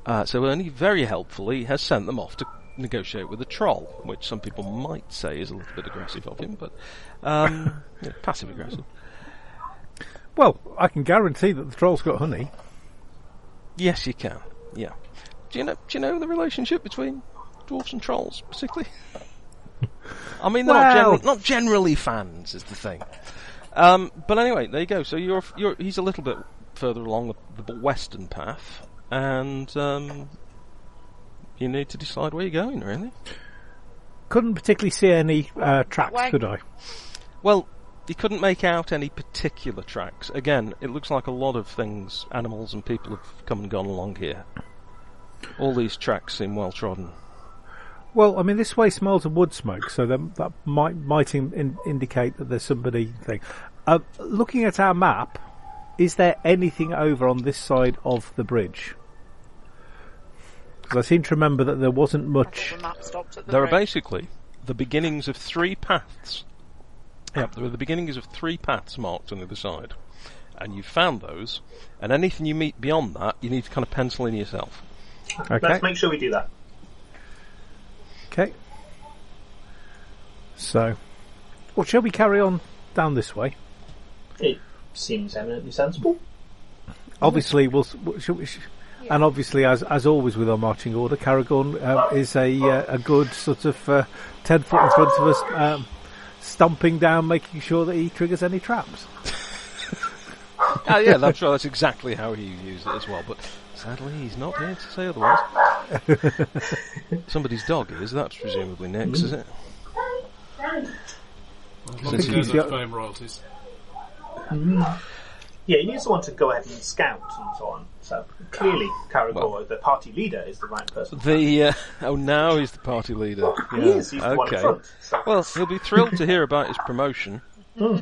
C: Uh, so Ernie very helpfully has sent them off to negotiate with the troll, which some people might say is a little bit aggressive of him, but um, passive aggressive.
F: well, I can guarantee that the troll's got honey.
C: Yes, you can. Yeah. Do you know? Do you know the relationship between dwarves and trolls, particularly? I mean, they're
F: Well-
C: not, gener- not generally fans, is the thing. Um, but anyway, there you go. So you're, you're he's a little bit further along the, the western path, and um, you need to decide where you're going, really.
F: Couldn't particularly see any uh, tracks,
E: Wag-
F: could I?
C: Well, you couldn't make out any particular tracks. Again, it looks like a lot of things, animals and people have come and gone along here. All these tracks seem well trodden.
F: Well, I mean, this way smells of wood smoke, so that, that might might in, in, indicate that there's somebody thing. Uh, looking at our map, is there anything over on this side of the bridge? Because I seem to remember that there wasn't
E: I
F: much.
E: thought the map stopped at the
C: There are
E: bridge.
C: basically the beginnings of three paths. Yep, there are the beginnings of three paths marked on the other side. And you've found those, and anything you meet beyond that, you need to kind of pencil in yourself.
F: Okay.
G: Let's make sure we do that.
F: Okay. So, well, shall we carry on down this way?
G: It seems eminently sensible.
F: Obviously, we'll. s- w- Shall we, sh- And obviously, as as always with our marching order, Carragorn um, is a uh, a good sort of uh, ten foot in front of us, um, stomping down, making sure that he triggers any traps.
C: Oh yeah, that's right, that's exactly how he used it as well, but sadly he's not here to say otherwise. Somebody's dog is, that's presumably Nick's, is it?
B: Since
F: he's
B: there's
F: got-
B: fame royalties.
G: Yeah, you need someone to go ahead and scout and so on. So clearly, Karagor,
C: Ah, Well.
G: the party leader, is the right person.
C: The uh, oh, now he's the party leader.
G: He
C: Yeah,
G: is. He's the one in front. So.
C: Well, he'll be thrilled to hear about his promotion.
D: Oh,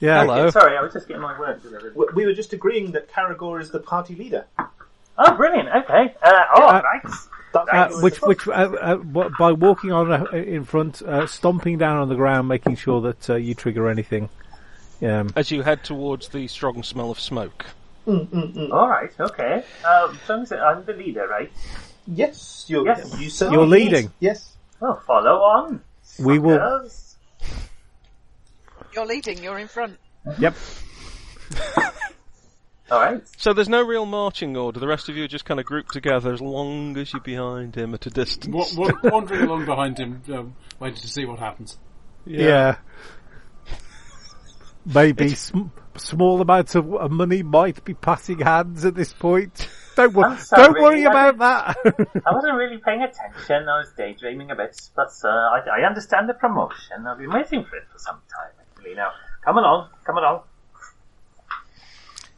F: Yeah.
C: Hello.
D: sorry, I was just getting my work delivered.
G: We- we were just agreeing that Karagor is the party leader.
D: Oh, brilliant. Okay. Uh, oh,
F: Uh,
D: thanks.
G: That's what
F: Uh,
G: we were
F: which,
G: just-
F: which, uh, uh, wha- by walking on uh, in front, uh, stomping down on the ground, making sure that uh, you trigger anything. Um,
C: As you head towards the strong smell of smoke,
D: All right. Okay. Um, so I'm, I'm the leader, right?
G: yes, you're,
D: Yes.
G: you certainly-
F: You're leading.
G: Yes.
D: Well, Oh, follow on.
F: we will.
D: Girls.
E: You're leading. You're in front.
F: Yep.
D: All right.
C: so there's no real marching order. The rest of you are just kind of grouped together, as long as you're behind him at a distance.
B: Wa- wa- wandering along behind him, um, waiting to see what happens.
F: Yeah. Maybe sm- small amounts of uh, money might be passing hands at this point. Don't, wor-
D: I'm sorry,
F: don't worry
D: I-
F: about that.
D: I wasn't really paying attention. I was daydreaming a bit, but uh, I, I understand the promotion. I've been waiting for it for some time, actually. Now, come along. Come along.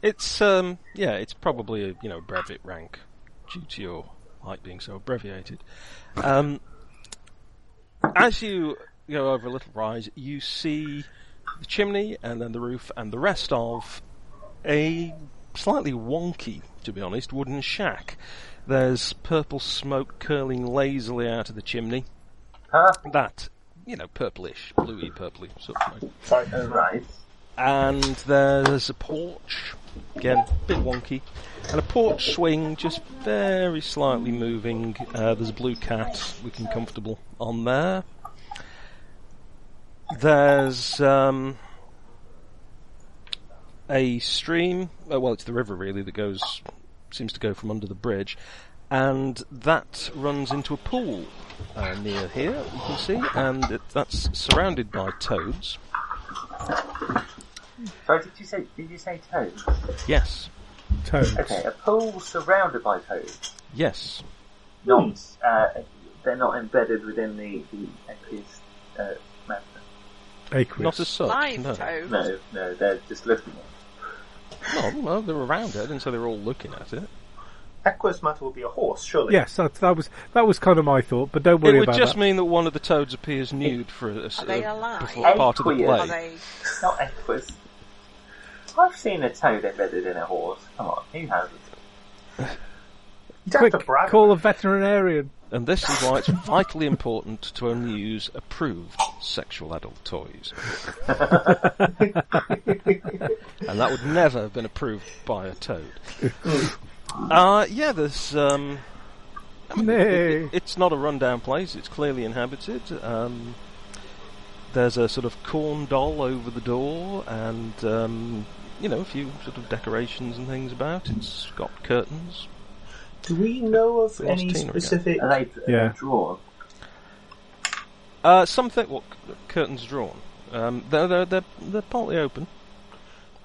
C: It's um yeah, it's probably a you know brevet rank due to your height being so abbreviated. Um, as you go over a little rise, you see the chimney and then the roof and the rest of a slightly wonky, to be honest, wooden shack. There's purple smoke curling lazily out of the chimney.
D: Huh?
C: That you know, purplish, bluey, purpley sort of smoke.
G: Sorry.
D: All right.
C: And there's a porch, again, a bit wonky, and a porch swing, just very slightly moving. Uh, there's a blue cat looking comfortable on there. There's um, a stream, uh, well, it's the river really that goes, seems to go from under the bridge, and that runs into a pool uh, near here, you can see, and it, that's surrounded by toads.
D: Sorry, did you say? Did you say toads?
C: Yes,
D: Okay, a pool surrounded by toads.
C: yes.
D: Not. Uh, they're not embedded within the the aqueous uh, matter.
F: Aqueous.
C: Not as such.
E: Live
C: Oh, no.
E: toad.
D: No, no, they're just looking.
C: No, well, they're around it, and so they're all looking at it.
G: Aqua's matter will be a horse, surely.
F: Yes, that, that was that was kind of my thought, but don't worry
C: it would
F: about
C: just
F: that.
C: mean that one of the toads appears nude for a, s-
E: Are they
C: a
E: alive?
C: before part of the
D: Aqueous.
E: Are
C: play.
E: they?
D: Not aqueous. I've seen a toad embedded in a horse. Come on, who hasn't?
G: You don't have
F: Quick,
G: to brag.
F: call a veterinarian.
C: And this is why it's vitally important to only use approved sexual adult toys. and that would never have been approved by a toad. uh, yeah, there's um,
F: Nay.
C: it's not a rundown place. It's clearly inhabited. Um, there's a sort of corn doll over the door, and um, you know a few sort of decorations and things about. It's got curtains.
G: Do we know of
C: Lost
G: any
C: Tina again.
G: specific?
D: Are they,
F: Yeah.
D: they drawn?
C: Uh, something. What curtains drawn? Um, they're, they're they're they're partly open.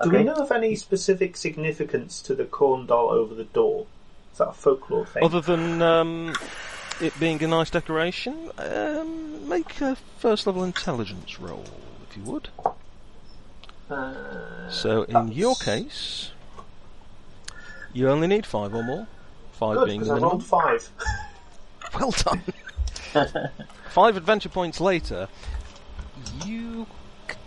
G: Do
D: Okay.
G: we know of any specific significance to the corn doll over the door? Is that a folklore thing?
C: Other than um, it being a nice decoration, um, make a first level intelligence roll if you would.
G: Uh,
C: so in your case, you only need five or more. Five
G: Good,
C: being
G: because
C: the
G: I
C: minimum.
G: rolled five.
C: Well done. Five adventure points later, you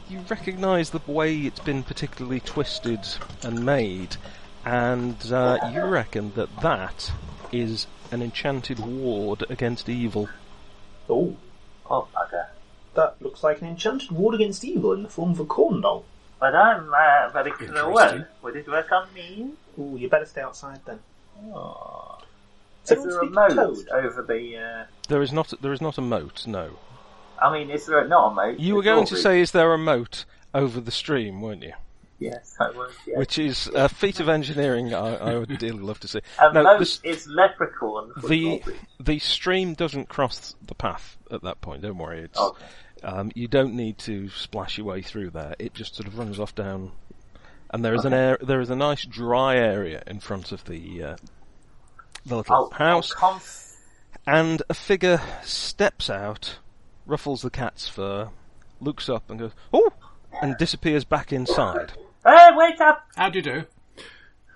C: you recognise the way it's been particularly twisted and made, and uh, you reckon that that is an enchanted ward against evil.
G: Oh,
D: Oh bugger!
G: that looks like an enchanted ward against evil in the form of a corn doll.
D: But I'm uh, very
B: Interesting.
D: clever. Would it work on me?
G: Ooh, you better stay outside then.
D: Oh.
G: Does
D: Is
G: anyone
D: there a
G: speak
D: moat
G: toad?
D: over the?
C: There is not there is not a moat. No,
D: Uh, I mean, is there a, not a moat?
C: you were
D: It's all
C: going to
D: roof.
C: say, is there a moat over the stream, weren't you?
D: yes. I was. Yes.
C: Which is a feat of engineering I, I would dearly love to see.
D: a
C: No,
D: moat
C: this-
D: is leprechaun.
C: the
D: football.
C: the stream doesn't cross the path at that point. Don't worry. It's,
D: Okay.
C: um, you don't need to splash your way through there. It just sort of runs off down, and there is an air, there is a nice dry area in front of the uh, the little
D: I'll,
C: house,
D: I'll conf-
C: and a figure steps out, ruffles the cat's fur, looks up and goes, "Oh!" and disappears back inside.
D: Hey, wait up!
B: How do you do?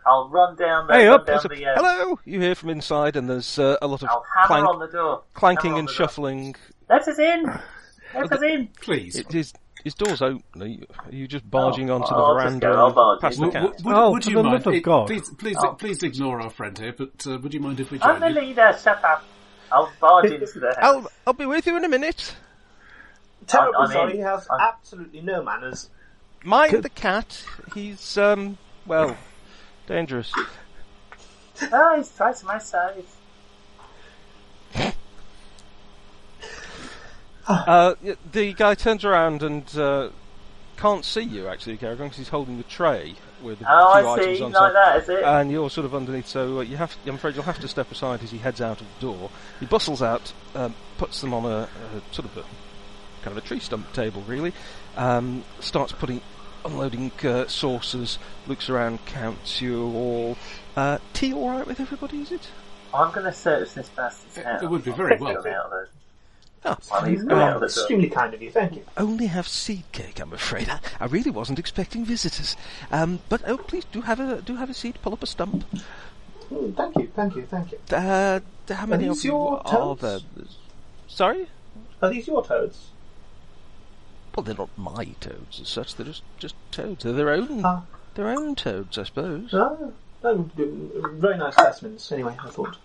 D: I'll run down the,
C: Hey
D: run
C: up!
D: down
C: It's a-
D: the uh,
C: hello. You hear from inside, and there's uh, a lot of
D: I'll hammer
C: clank,
D: on the door.
C: clanking
D: Hammer on
C: and
D: the door.
C: shuffling.
D: Let us in! Let us in!
B: Please.
C: It is. His door's open. Are you, are you just barging onto
D: I'll
C: the
D: just
C: veranda
D: go, Oh, I'll
C: and
D: barge
C: past the
D: in.
B: W-
C: cat?
B: w- would,
F: Oh,
B: would
F: for
B: you
F: the
B: mind?
F: love of God.
B: Please, please, please ignore our friend here, but uh, would you mind if we
D: Oh. I'm
B: joined
D: the
B: you?
D: leader, shut up! I'll barge into the house.
C: I'll I'll be with you in a minute.
D: I'm
G: Terrible
D: in.
G: sorry, he has
D: I'm-
G: absolutely no manners.
C: Mind the cat. He's um well dangerous.
D: Oh, he's twice my size.
C: Uh, y- the guy turns around and uh, can't see you actually, Carrigan, because he's holding the tray with a
D: Oh,
C: few
D: I
C: items
D: see,
C: on top.
D: like that, is it?
C: And you're sort of underneath, so uh, you have. I'm afraid you'll have to step aside as he heads out of the door. He bustles out, um, puts them on a, a sort of a kind of a tree stump table, really. Um, starts putting, unloading uh, saucers. Looks around, counts you all. Uh, tea, all right with everybody? Is it?
D: I'm gonna search this bastard's house.
B: It would be very well.
D: Come out of
C: Oh,
D: the- While he's come
G: Well,
D: out of the door.
G: extremely kind of you, thank you.
C: only have seed cake, I'm afraid. I, I really wasn't expecting visitors. Um, but oh, please do have a do have a seat. Pull up a stump.
G: Mm, thank you, thank you, thank you.
C: Uh, how many
G: these
C: of you
G: your
C: are
G: toads?
C: there? Sorry.
G: Are these your toads?
C: Well, they're not my toads as such. They're just just toads. They're their own
G: Ah.
C: their own toads, I suppose.
G: No, no, very nice specimens. Anyway, I thought.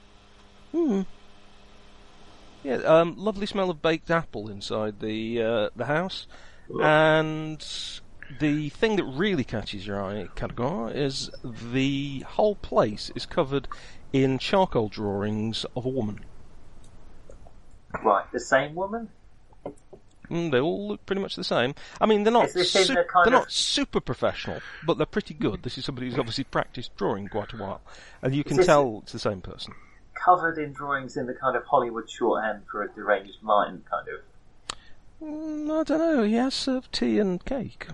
C: Hmm. Yeah. Um. Lovely smell of baked apple inside the uh, the house, and. The thing that really catches your eye, Cadogan, is the whole place is covered in charcoal drawings of a woman.
D: Right, the same woman?
C: Mm, they all look pretty much the same. I mean, they're not
D: Is this in
C: sup-
D: the kind
C: they're
D: of-
C: not super professional, but they're pretty good. This is somebody who's obviously practiced drawing quite a while, and you can
D: this-
C: tell it's the same person.
D: Covered in drawings in the kind of Hollywood shorthand for a deranged mind, kind of.
C: Mm, I don't know. He has served tea and cake.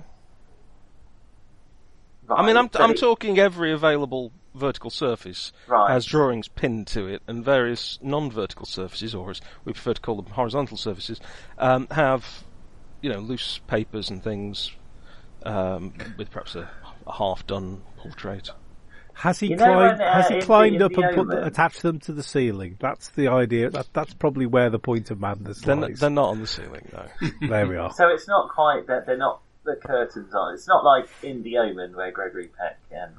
D: Right,
C: I mean, I'm
D: so
C: I'm
D: he-
C: talking every available vertical surface
D: Right.
C: has drawings pinned to it, and various non-vertical surfaces, or as we prefer to call them, horizontal surfaces, um, have you know loose papers and things um, with perhaps a, a half-done portrait.
F: Has he
D: You know
F: climbed?
D: when, uh,
F: has
D: in
F: he
D: the-
F: climbed
D: in
F: up
D: the
F: and put the,
D: Omen-
F: attached them to the ceiling? That's the idea. That, that's probably where the point of madness
C: They're, n-
F: lies.
C: they're not on the ceiling, though.
F: There we are.
D: So it's not quite that they're not the curtains on. It's not like in The Omen where Gregory Peck and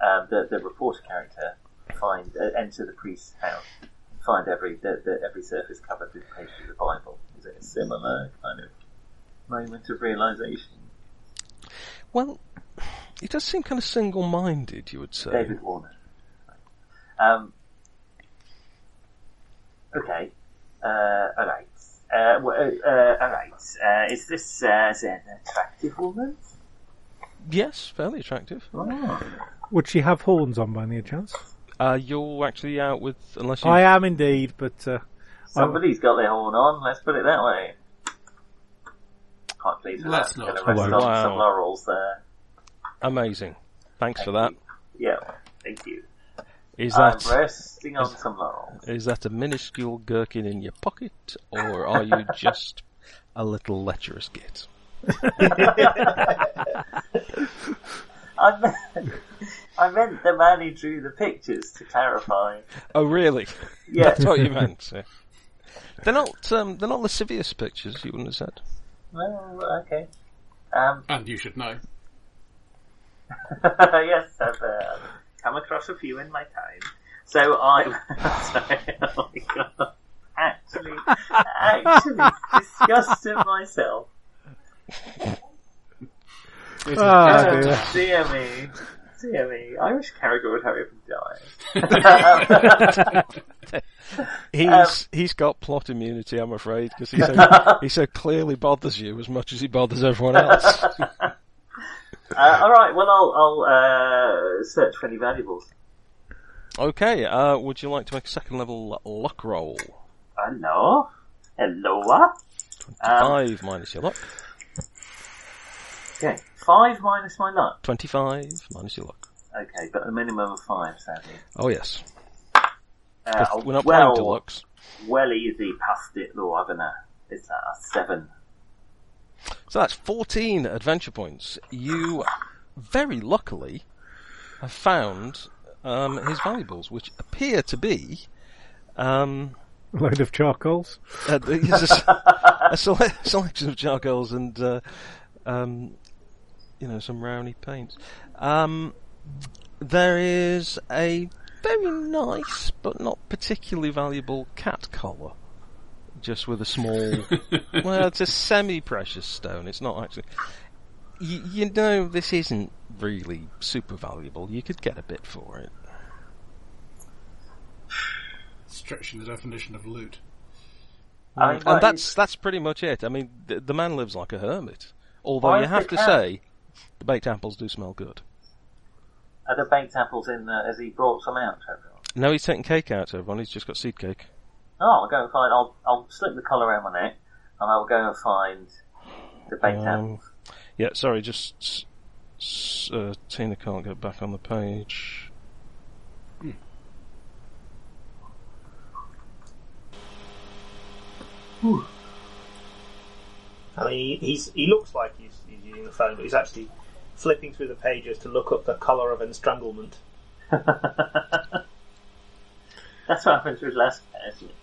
D: um, the the reporter character find uh, enter the priest's house, and find every the, the, every surface covered with pages of the Bible. Is it a similar kind of moment of realization?
C: well, he does seem kind of single-minded, you would say.
D: David Warner. Um, okay. Uh, all right. Uh, w- uh, uh, all right. Uh, is this uh, is it an attractive woman?
C: Yes, fairly attractive.
F: Would she have horns on by any chance?
C: Uh, you're actually out with, unless you...
F: I am indeed, but uh,
D: Somebody's got their horn on, let's put it that way. Quite pleased with
B: Let's
D: that.
B: not.
D: Gonna rest
F: Hello.
D: on some
C: Wow.
D: laurels there.
C: Amazing. Thanks for that.
D: Yeah, thank you.
C: Is
D: I'm
C: that
D: resting on some laurels.
C: is that a minuscule gherkin in your pocket, or are you just a little lecherous git?
D: I meant, I meant the man who drew the pictures to clarify.
C: Oh, really?
D: Yeah,
C: That's what you meant. yeah. They're not um, they're not lascivious pictures. You wouldn't have said.
D: well, okay. Um,
B: And you should know.
D: yes, I've uh, come across a few in my time. So I'm sorry, oh my god. Actually, actually disgusted myself.
B: This is-
F: Ah,
D: Oh,
F: dear.
D: dear me. Dear me. I wish Carragher would hurry up and die. Uh,
C: He's he's got plot immunity, I'm afraid, because he so he so clearly bothers you as much as he bothers everyone else.
D: uh, all right, well, I'll, I'll uh, search for any valuables.
C: Okay, uh, would you like to make a second level luck roll?
D: Hello? Hello? Um,
C: Five minus your luck.
D: okay. Five minus my luck.
C: Twenty-five minus your luck.
D: Okay, but a minimum of five, sadly.
C: Oh yes,
D: Uh, a
C: we're not playing
D: well,
C: deluxe.
D: well easy past it, though, haven't I? It's a seven.
C: So that's 14 adventure points. You very luckily, have found um, his valuables, which appear to be um,
F: Load of charcoals.
C: uh, it's a, s- a sele- selection of charcoals and uh, um, you know some rowny paints. Um, there is a very nice but not particularly valuable cat collar, just with a small. well, it's a semi-precious stone. It's not actually. You, you know, this isn't really super valuable. You could get a bit for it.
B: Stretching the definition of loot.
D: I mean, that
C: and that's
D: is-
C: that's pretty much it. I mean, the, the man lives like a hermit. Although
D: Why
C: you
D: is
C: have
D: the
C: to
D: cat-
C: say, the baked apples do smell good.
D: Are the baked apples in there? Has he brought some out to everyone?
C: No, he's taking cake out to everyone. He's just got seed cake.
D: Oh, I'll go and find. I'll I'll slip the collar around my neck, and I'll go and find the baked apples.
C: Um, yeah, sorry, just s- s- uh, Tina can't get back on the page.
G: I mean, he- he's he looks like he's, he's using the phone, but he's actually flipping through the pages to look up the color of enstranglement.
D: That's what happened to his last pair, isn't it?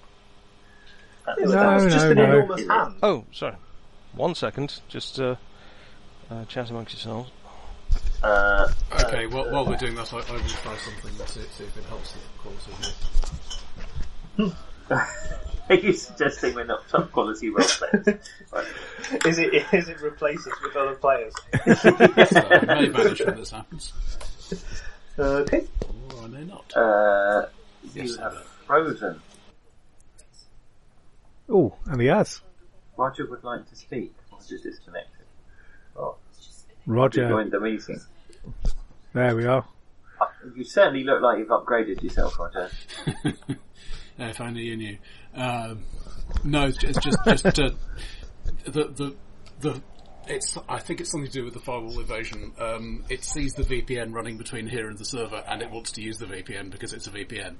D: That
G: Yeah,
D: was-
G: but
F: No,
G: that was just
F: no,
G: an
F: no.
G: enormous hand.
C: Oh, sorry. One second, just uh, uh, chat amongst yourselves.
D: uh,
B: Okay, while, while we're doing that, I, I will try something to see, see if it helps the quality of this.
D: are you suggesting we're not top quality role players? Right.
G: Is it is it replaces with other players?
B: So I may vanish when this happens,
G: Uh, Okay.
B: or I may not.
D: Uh,
B: Yes,
D: you
B: I
D: have
B: know.
D: frozen.
F: Oh, and he has.
D: Roger would like to speak. Roger's disconnected. Oh, you
F: Roger.
D: joined the meeting.
F: There we are.
D: Uh, You certainly look like you've upgraded yourself, Roger.
B: Yeah, if only you knew. Um, no, it's ju- it's just just uh, the the the. It's. I think it's something to do with the firewall evasion. Um, it sees the VPN running between here and the server, and it wants to use the VPN because it's a VPN.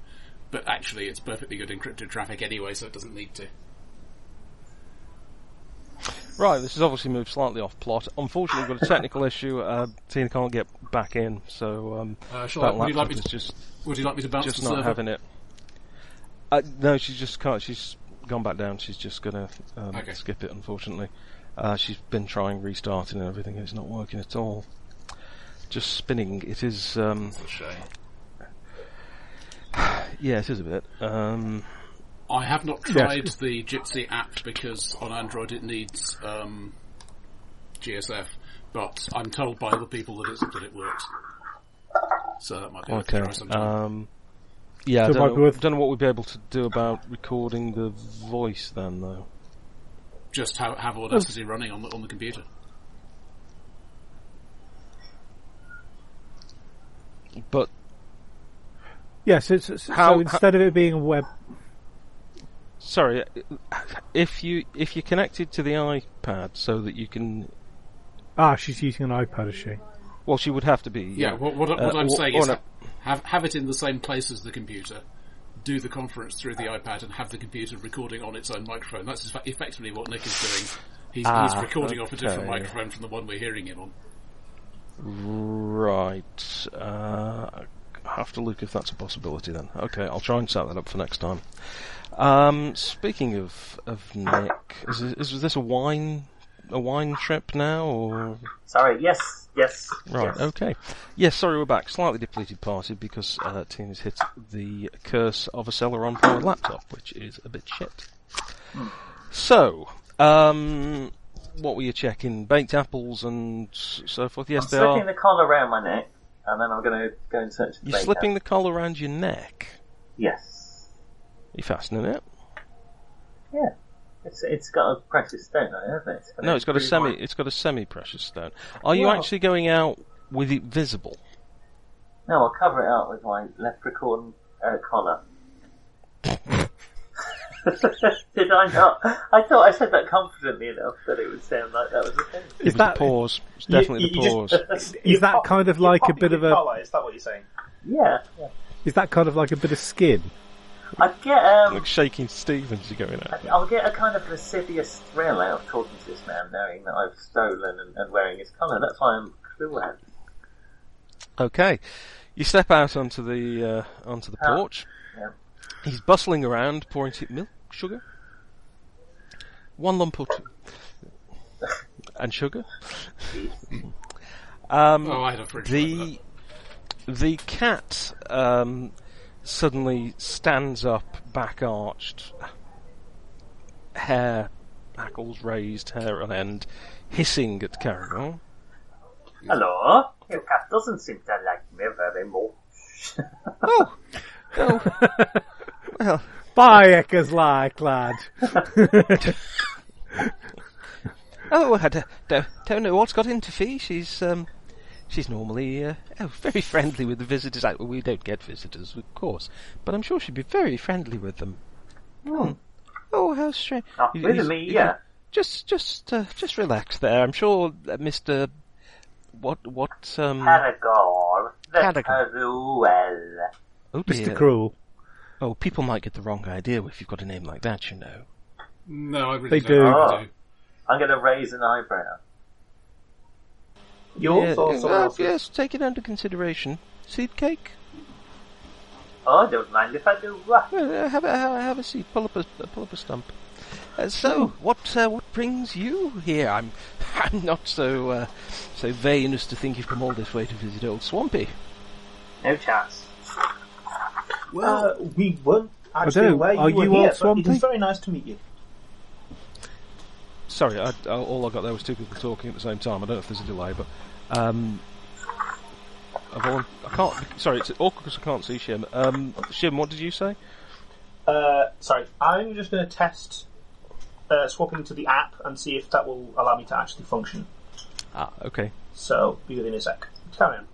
B: But actually, it's perfectly good encrypted traffic anyway, so it doesn't need to.
C: Right, this has obviously moved slightly off plot. Unfortunately, we've got a technical issue. Uh, Tina can't get back in, so um,
B: Uh, shall I,
C: that
B: would you like
C: laptop
B: me
C: is
B: to?
C: just
B: Would you like me to bounce
C: just
B: the
C: not
B: server?
C: having it. Uh, no, she's just can't. She's gone back down. She's just gonna um,
B: Okay.
C: skip it. Unfortunately, uh, she's been trying restarting and everything. It's not working at all. Just spinning. It is. Um,
B: It's a shame.
C: yeah, it is a bit. Um,
B: I have not tried the Gypsy app because on Android it needs um, GSF, but I'm told by other people that, it's, that it works. So that might be worth a
C: okay.
B: try sometime.
C: Um, yeah, I
F: So it might
C: don't
F: be
C: know,
F: worth-
C: don't know what we'd be able to do about recording the voice then, though. uh,
B: Just have, have Audacity running on the, on the computer.
C: But
F: Yes, it's, it's-
C: How-
F: so instead of it being a web,
C: sorry, if you if you're connected to the iPad so that you can
F: ah, she's using an iPad, is she?
C: Well, she would have to be.
B: Yeah, what, what, what
C: Uh,
B: I'm
C: or-
B: saying
C: or
B: is
C: no.
B: have, have it in the same place as the computer, do the conference through the iPad and have the computer recording on its own microphone. That's effe- effectively what Nick is doing. He's,
C: Ah,
B: he's recording off a different
C: okay.
B: microphone from the one we're hearing him on.
C: Right. Uh, I have to look if that's a possibility then. Okay, I'll try and set that up for next time. Um, speaking of of Nick, is, this- is this a wine a wine trip now or
D: Sorry, yes, yes.
C: right?
D: yes.
C: Okay. Yes, sorry, we're back. Slightly depleted party because uh, Tina's hit the curse of a Celeron powered laptop, which is a bit shit. So, um, what were you checking? Baked apples and so forth. Yes,
D: I'm
C: they are.
D: slipping the collar around my neck, and then I'm going to go and search the
C: You're
D: baked
C: slipping
D: apples.
C: the collar around your neck.
D: Yes.
C: You fastening it?
D: Yeah. It's, it's got a precious stone on it, hasn't it? It's got
C: No, it's got a
D: green
C: semi.
D: one.
C: It's got a semi-precious stone. Are you
D: Wow.
C: actually going out with it visible?
D: No, I'll cover it up with my leprechaun uh, collar. Did I not? I thought I said that confidently enough that it would sound like that was a thing.
C: It was
F: that-
C: a pause. It's
G: You-
C: definitely
G: you-
C: the
G: you
C: pause.
G: just- you
F: that
G: pop-
F: kind of
G: you
F: like a
G: pop it
F: bit
G: with
F: of a-
G: Color, is that what you're saying?
D: Yeah.
F: Is that kind of like a bit of skin?
D: I'd get um,
C: like shaking Stevens, you're going out.
D: I'll get a kind of lascivious thrill out of talking to this man, knowing that I've stolen and, and wearing his collar. That's why I'm clueless.
C: Okay, you step out onto the uh, onto the
D: Ah,
C: porch.
D: yeah.
C: He's bustling around, pouring tea- milk, sugar, one lump or two, and sugar. um,
B: Oh, I had a fridge. like that.
C: the the cat um, suddenly stands up, back arched, hair hackles raised, hair on end, hissing at Carrigal.
D: Hello. Your cat doesn't seem to like me very much.
C: Oh, oh, well,
F: Bye, Eckers like lad.
C: oh, I don't, don't, don't know what's got into Fee. She's um, she's normally uh, oh very friendly with the visitors. Like, well, we don't get visitors, of course, but I'm sure she'd be very friendly with them. Hmm. Oh, how strange!
D: Not
C: You-
D: with
C: you-
D: me,
C: you-
D: yeah.
C: Just, just, uh, just relax there. I'm sure that Mr. What, what, um,
D: Caragor. The
C: Caragor.
D: Caruel.
C: oh
F: Mr.
C: dear.
F: Cruel.
C: Oh, people might get the wrong idea if you've got a name like that, you know.
B: No, I really
F: They
B: don't know
D: do.
B: what to
D: Ah. I'm going to raise an eyebrow.
G: Yours
C: Yeah,
G: or
C: yeah.
G: someone
C: Uh,
G: else's?
C: yes, take it under consideration. Seed cake?
D: Oh, I don't mind if I do what?
C: Well, uh, have, a, ha- have a seat. Pull up a, pull up a stump. Uh, so, what, uh, what brings you here? I'm, I'm not so, uh, so vain as to think you've come all this way to visit old Swampy.
D: No chance.
G: Uh, we weren't actually
F: know.
G: aware you
F: Are
G: were here,
F: you all
G: but it
F: swampy?
G: is very nice to meet you.
C: Sorry, I, I- all I got there was two people talking at the same time. I don't know if there's a delay, but um, I've all, I can't. Sorry, it's awkward because I can't see Shim. Um, Shim, what did you say?
G: Uh, sorry, I'm just going to test uh, swapping to the app and see if that will allow me to actually function.
C: Ah, okay.
G: So, be within a sec. Carry on.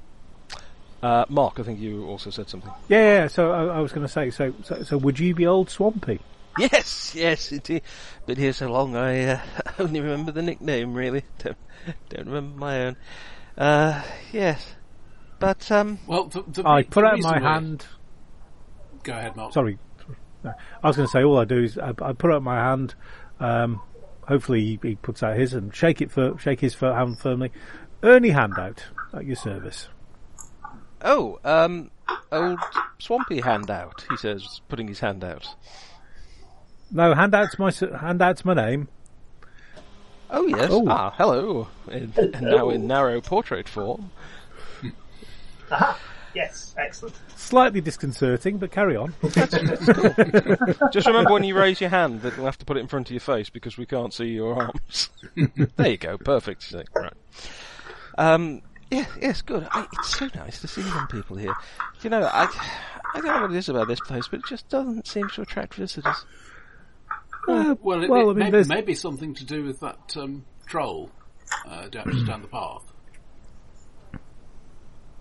C: Uh, Mark, I think you also said something.
F: Yeah, yeah. So I, I was going to say. So, so, so would you be old Swampy?
C: Yes, yes, indeed. Been here so long, I uh, only remember the nickname. Really, don't don't remember my own. Uh, yes, but um,
B: Well, the, the,
F: I
B: the
F: put out my
B: reason why-
F: hand.
B: Go ahead, Mark.
F: Sorry, No, I was going to say all I do is I, I put out my hand. Um, hopefully he, he puts out his and shake it for shake his fir- hand firmly. Ernie handout at your service.
C: oh, um, old Swampy handout. He says, putting his hand out.
F: No handout's my s- handout's my name.
C: Oh yes.
F: Oh.
C: Ah, hello. In, And now in narrow portrait form.
G: Aha! Yes, excellent.
F: Slightly disconcerting, but carry on.
C: Just remember when you raise your hand that you'll have to put it in front of your face because we can't see your arms. there you go. Perfect. So, Right. Um. Yeah, yes, good. I, it's so nice to see young people here. You know, I, I don't know what it is about this place, but it just doesn't seem to attract visitors.
F: Uh,
B: Well, it,
F: well,
B: it
F: I mean,
B: may,
F: there's-
B: may be something to do with that um, troll uh, down, down the path.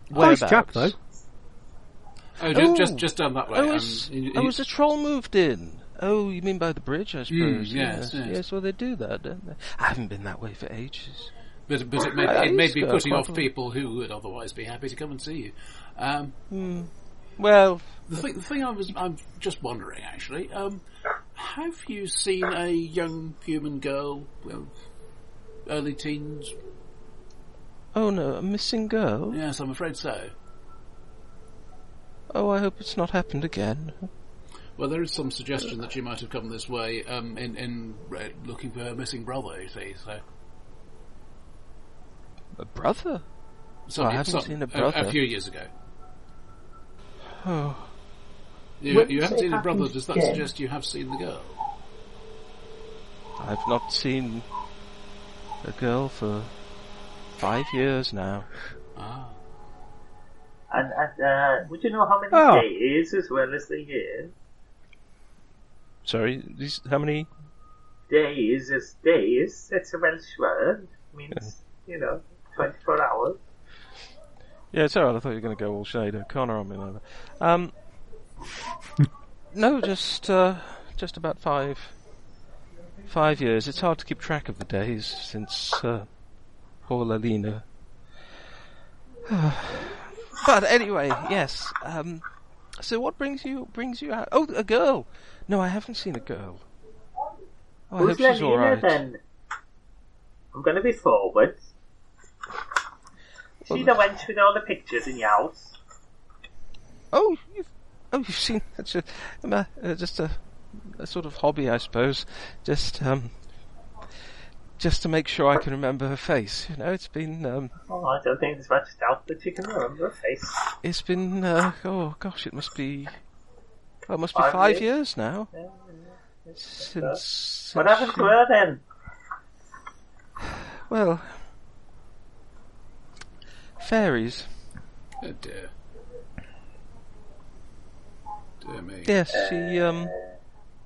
F: nice chap
C: Whereabouts?
F: though.
B: Oh, ju-
C: Oh.
B: just just down that way.
C: Oh, is,
B: Um, you-
C: oh,
B: you- Mm,
C: is the troll moved in? Oh, you mean by the bridge, I suppose.
B: yes, yes.
C: well, they do that, don't they? I haven't been that way for ages.
B: but, but it may,
C: I
B: it may
C: used
B: be
C: to go
B: putting
C: quite
B: off
C: a lot.
B: people who would otherwise be happy to come and see you. Um,
C: Well,
B: the, thing, the thing I was I'm just wondering actually, um, have you seen a young human girl, well, early teens?
C: oh no, a missing girl.
B: Yes, I'm afraid so.
C: Oh, I hope it's not happened again.
B: Well, there is some suggestion that she might have come this way um, in in uh, looking for her missing brother. You see, so.
C: A brother?
B: So
C: I haven't seen a brother.
B: A, few years ago.
C: Oh.
B: You,
G: When
B: you haven't
G: it
B: seen a brother.
G: happens
B: Does that
G: again-
B: suggest you have seen the girl?
C: I've not seen a girl for five years now.
B: Ah.
D: And, and uh, would you know how many
F: Oh.
D: days as well as the year?
C: Sorry, these, how many?
D: Days is days. It's a Welsh word. means, you know, 24 hours.
C: Yeah, it's alright, I thought you were going to go all shade O'Connor on me now. Um, no, just, uh, just about five, five years. It's hard to keep track of the days since, uh, poor Lalina. but anyway, yes, um, so what brings you, brings you out? Oh, a girl! No, I haven't seen a girl. Oh, I
D: Who's
C: hope she's
D: Lenina
C: alright.
D: then? I'm going to be forward. She the wench with all the pictures in your house.
C: Oh, you've, oh, you've seen that's a, um, uh, uh, just a, a sort of hobby, I suppose. Just um, just to make sure I can remember her face. You know, it's been um,
D: Oh, I don't think there's much doubt that you can remember a face.
C: it's been uh, oh gosh, it must be. Well, it must be
D: Five
C: five, years?
D: years?
C: now since. since
D: What happened
C: she-
D: to her then?
C: Well, fairies.
B: Oh dear. Dear me.
C: Yes, she um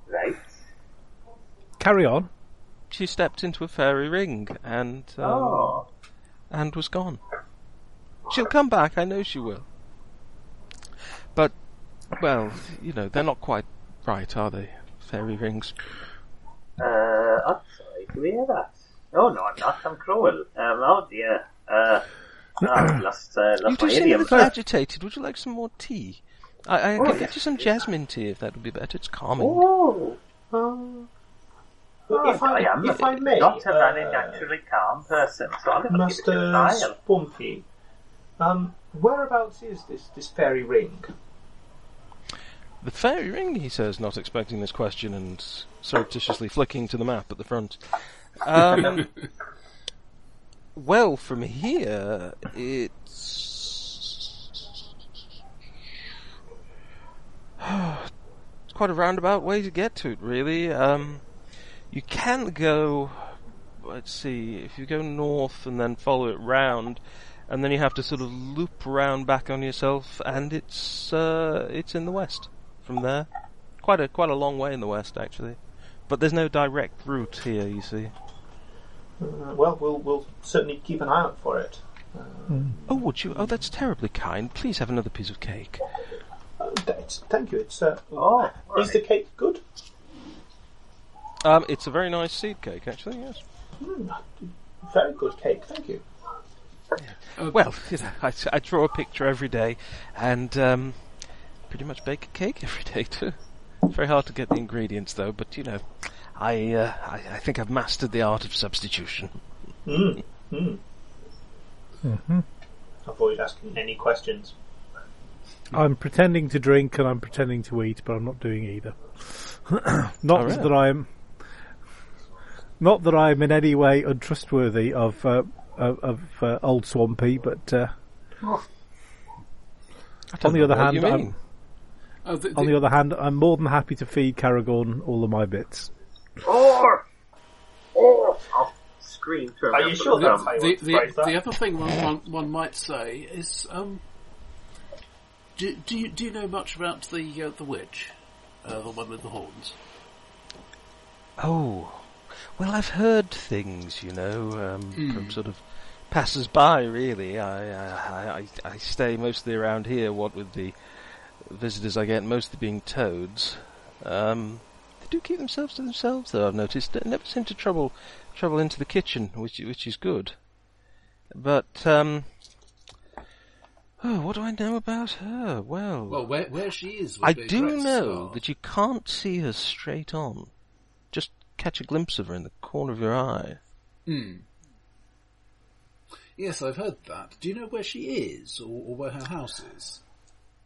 D: Right.
F: Carry on.
C: she stepped into a fairy ring and um,
D: Oh.
C: and was gone. She'll come back, I know she will. But, well, you know, they're not quite right, are they? Fairy rings.
D: Uh, I'm sorry to hear that. Oh no, I'm not. I'm cruel. Um, oh dear. Uh, no, I've lost, uh,
C: you
D: lost
C: do
D: my
C: seem a
D: idiom.
C: little agitated. Would you like some more tea? I, I
D: Oh,
C: can
D: yes,
C: get you some jasmine tea if that would be better. It's calming.
D: Oh,
G: Well, Oh, if, I,
D: I am
G: if I may,
D: not a very
G: uh,
D: naturally calm person, so I'm going to give it a
G: Master
D: trial.
G: Spunky, um, whereabouts is this, this fairy ring?
C: The fairy ring, he says, not expecting this question and surreptitiously flicking to the map at the front. Um, well, from here, it's. it's quite a roundabout way to get to it, really. Um, you can go. Let's see, if you go north and then follow it round. And then you have to sort of loop round back on yourself, and it's uh, it's in the west from there. Quite a quite a long way in the west, actually. But there's no direct route here, you see.
G: Uh, well, we'll we'll certainly keep an eye out for it.
C: Oh, would you? Oh, that's terribly kind. Please have another piece of cake.
G: Uh, th- it's, thank you. It's uh,
D: Oh,
G: is the cake good?
C: Um, it's a very nice seed cake, actually. Yes.
G: Very good cake. Thank you.
C: Well, you know, I, I draw a picture every day, and um, pretty much bake a cake every day too. It's very hard to get the ingredients though, but you know, I uh, I, I think I've mastered the art of substitution.
G: Mm. Mm. Avoid asking any questions.
F: I'm pretending to drink and I'm pretending to eat, but I'm not doing either. not
C: Oh, really?
F: that I'm, not that I'm in any way untrustworthy of uh, of, of uh, old Swampy, but uh,
C: I don't
F: On the
C: know
F: other
C: what you
F: hand, I'm-
C: mean.
B: Oh, the,
F: on
B: the-
F: the other hand, I'm more than happy to feed Caragorn all of my bits.
D: Or, or, I'll scream to
G: Are
D: remember
G: you sure
D: that.
G: that's how you
B: the,
G: want to
B: the,
G: phrase
B: the
G: that?
B: other thing one, one, one might say is, um, do, do you do you know much about the uh, the witch, uh, the one with the horns?
C: Oh, well, I've heard things, you know, um, from sort of passers-by. Really, I, I, I, I stay mostly around here. What with the visitors I get, mostly being toads. Um, they do keep themselves to themselves, though. I've noticed. They never seem to trouble trouble into the kitchen, which which is good. But um, oh, what do I know about her?
B: Well, where where she is? would
C: I
B: be a
C: do
B: great
C: know
B: start.
C: that you can't see her straight on. Just catch a glimpse of her in the corner of your eye.
B: Yes, I've heard that. Do you know where she is, or, or where her house is?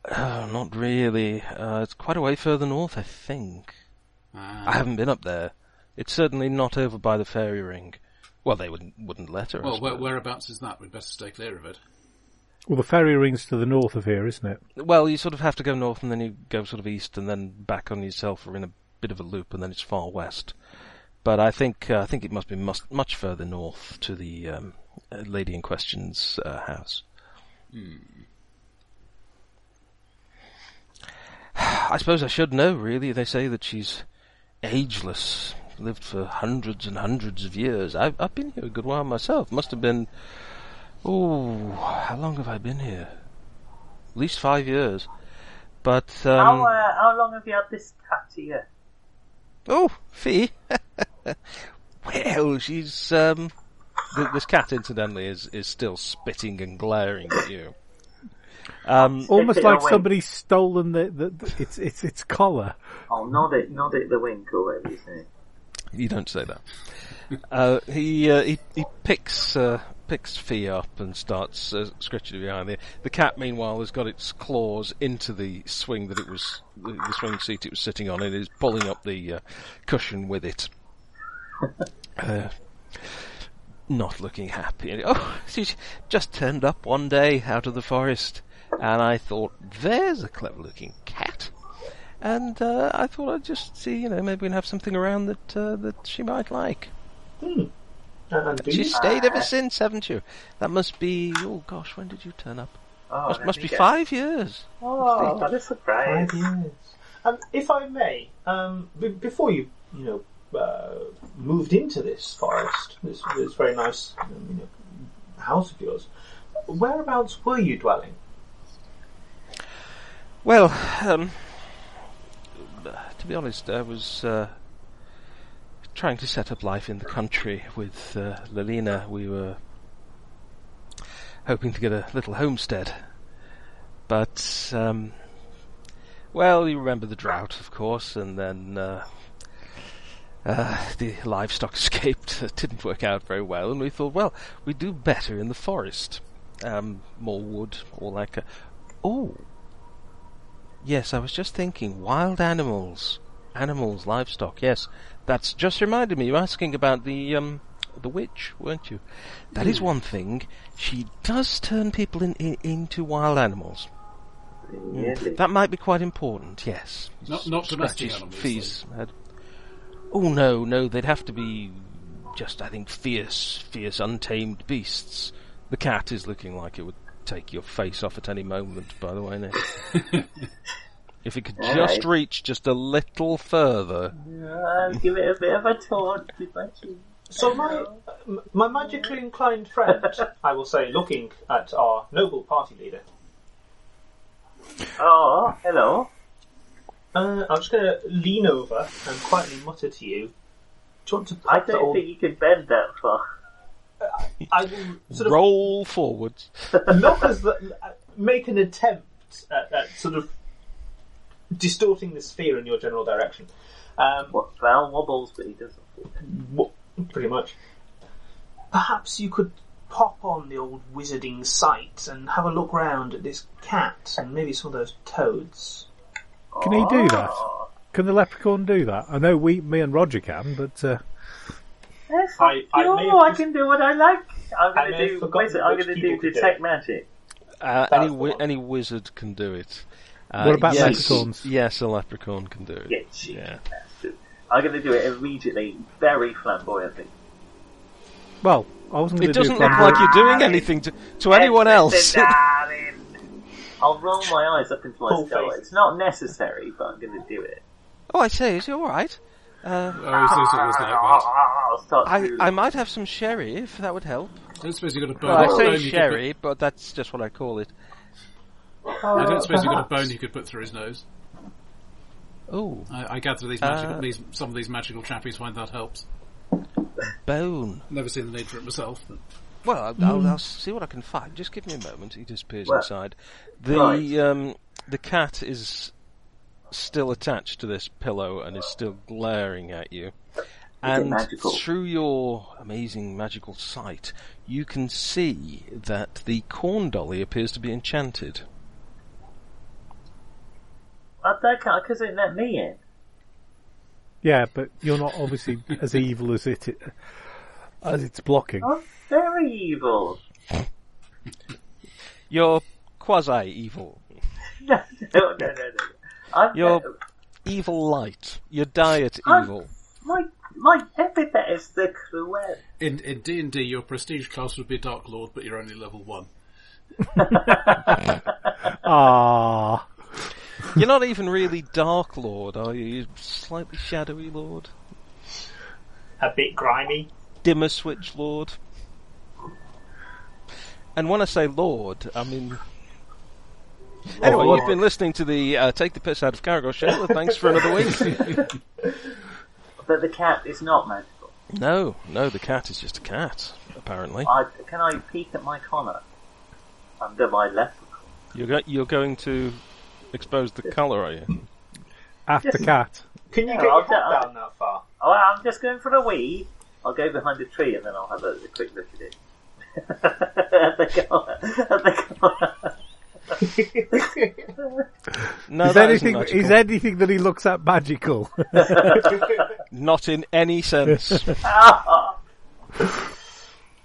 C: Oh, not really. Uh, it's quite a way further north, I think. I
B: Ah,
C: haven't been up there. It's certainly not over by the fairy ring. Well, they wouldn't wouldn't let her. I
B: well, where,
C: suppose.
B: whereabouts is that? We'd better stay clear of it.
F: Well, the ferry rings to the north of here, isn't it?
C: Well, you sort of have to go north, and then you go sort of east, and then back on yourself, or in a bit of a loop, and then it's far west. But I think uh, I think it must be must, much further north to the um, uh, lady in question's uh, house. I suppose I should know. Really, they say that she's ageless, lived for hundreds and hundreds of years. I've I've been here a good while myself. Must have been. Oh, how long have I been here? At least five years. But um,
D: how, uh, how long have you had this cat here?
C: Oh, Fee. well, she's um. Th- this cat, incidentally, is is still spitting and glaring at you. Um,
F: Almost
D: it
F: like
D: away.
F: somebody's stolen the, the, the its its its collar.
D: Oh, nod it, nod it the wink or whatever you say.
C: you don't say that. Uh, he, uh, he he picks uh, picks Fee up and starts uh, scratching her behind the The cat, meanwhile, has got its claws into the swing that it was the, the swing seat it was sitting on, and is pulling up the uh, cushion with it. uh, not looking happy. Oh, she just turned up one day out of the forest, and I thought, there's a clever-looking cat. And uh, I thought I'd just see, you know, maybe we'd have something around that uh, that she might like.
G: And do
C: She's
G: you-
C: stayed ever since, haven't you? That must be. Oh gosh, when did you turn up?
D: Oh,
C: must
D: let
C: must
D: me
C: be
D: guess.
C: five years.
D: Oh, what a surprise.
G: Um, if I may, um, b- before you, you know, uh, moved into this forest, this, this very nice um, you know, house of yours, whereabouts were you dwelling?
C: Well, um, to be honest, I was uh, trying to set up life in the country with uh, Lilina. We were hoping to get a little homestead, but um, well, you remember the drought, of course, and then uh, uh, the livestock escaped. It didn't work out very well, and we thought, well, we do better in the forest. Um, more wood, all that. ki- Oh, Yes, I was just thinking wild animals, animals, livestock. Yes, that's just reminded me. You were asking about the um, the witch, weren't you? That is one thing. She does turn people in, in, into wild animals.
D: Really?
C: That might be quite important. Yes.
B: Not- not domestic
C: Scratches
B: animals,
C: Fees. had- Oh no, no, they'd have to be just, I think, fierce, fierce, untamed beasts. The cat is looking like it would take your face off at any moment. By the way, Nick. if it could
D: All
C: just
D: right.
C: reach just a little further,
D: I'll Uh, give it a bit of a taunt if I can.
G: So my m- my magically inclined friend, I will say, looking at our noble party leader.
D: Oh, hello.
G: Uh, I'm just going to lean over and quietly mutter to you. Do you want to
D: I
G: pack the
D: don't
G: old?
D: think you can bend that far.
G: I will sort of
C: roll forwards.
G: not as the, uh, make an attempt at, at sort of distorting the sphere in your general direction. Um,
D: What Val wobbles, but he doesn't.
G: what, pretty much. Perhaps you could pop on the old wizarding site and have a look round at this cat and maybe some of those toads.
F: Can he
D: Oh.
F: do that? Can the leprechaun do that? I know we, me and Roger can, but uh,
D: Yes,
G: I- I
D: no,
G: may have
D: I
G: just-
D: can do what I like. I'm
G: I
D: going
G: may
D: to
G: have
D: do.
G: forgotten
D: wizard- I'm
G: which
D: going to
G: people
D: do
G: could do
D: detect
G: it.
D: magic.
C: Uh,
G: That's
C: any
G: the
C: wi-
G: one.
C: any wizard can do it. Uh,
F: What about
C: yes,
F: leprechauns?
C: Yes, a leprechaun can do it.
D: Yeah, she
C: Yeah.
D: bastard. I'm going to do it immediately, very flamboyantly.
F: well, I wasn't.
C: It
F: gonna
C: doesn't
F: do
C: look
F: from-
C: like you're doing anything to, to anyone else.
D: Darling. I'll roll my eyes up into my
G: Full
D: skull.
G: face.
D: It's not necessary, but I'm going to do it.
C: oh, I say, is he all right? Uh,
B: Oh, so, so it was that
D: I'll start.
C: I
D: drooling.
C: I might have some sherry if that would help.
B: bad. Don't suppose you've got a bone.
C: Well, I
B: bone
C: say
B: you could
C: sherry, but that's just what I call it.
B: Put, I don't suppose you've got a bone you could put through his nose.
C: Oh,
B: I, I gather these, magical,
C: Uh,
B: these some of these magical chappies find that helps.
C: bone.
B: Never seen the need for it myself. But
C: Well, I'll, I'll, I'll see what I can find. Just give me a moment. He disappears
D: Well,
C: inside. The
D: right.
C: um, the cat is still attached to this pillow and is still glaring at you. And
D: magical?
C: through your amazing magical sight, you can see that the corn dolly appears to be enchanted.
D: I don't count because it let me in.
F: Yeah, but you're not obviously as evil as it as it's blocking.
C: Oh.
D: I'm very evil.
C: You're quasi evil,
D: No, no, no, no, no. I'm,
C: You're- evil light. Your diet
D: I'm-
C: evil.
D: my my epithet is the Cruel.
B: in in D and D, your prestige class would be Dark Lord, but you're only level one.
F: Ah,
C: You're not even really dark lord, are you? You're slightly shadowy lord,
G: A bit grimy.
C: dimmer switch lord. And when I say lord, I mean. Anyway, you've been listening to the uh, Take the Piss Out of Caragos show. Thanks for another week.
D: But the cat is not magical.
C: No, no, the cat is just a cat, apparently.
D: I, can I peek at my collar under my left?
C: You're, go- you're going to expose the colour, are you?
F: after cat.
G: Can you
D: Yeah,
G: get
D: I'll
G: your head
D: do-
G: down that far?
D: Oh, I'm just going for a wee. I'll go behind a tree and then I'll have a, a quick look at it. At the corner. At the corner.
C: No,
F: Is
C: that isn't
F: anything
C: magical.
F: is anything that he looks at magical?
C: Not in any sense.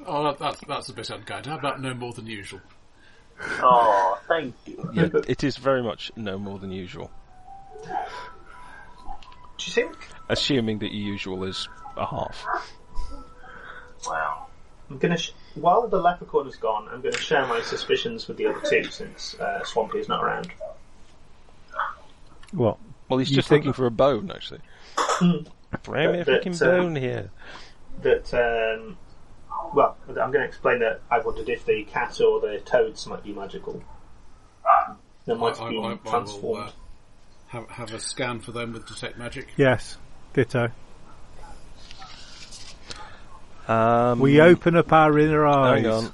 B: Oh, that, that's that's a bit unkind. How about no more than usual?
D: Oh, thank you.
C: Yeah, it is very much no more than usual.
G: Do you think?
C: Assuming that your usual is a half.
D: Wow.
G: I'm gonna. Sh- while the leprechaun is gone, I'm gonna share my suspicions with the other two since uh, Swampy is not around.
F: what?
C: Well, he's
F: You
C: just
F: think-
C: looking for a bone, actually. Bring me a
G: But- but,
C: fucking
G: uh,
C: bone here.
G: That um, well, I'm going to explain that I wondered if the cat or the toads might be magical. They
B: I,
G: might have
B: I, I,
G: been
B: I will
G: transformed.
B: uh, have, have a scan for them with detect magic.
F: Yes, ditto.
C: Um,
F: We open up our inner eyes.
C: Hang on.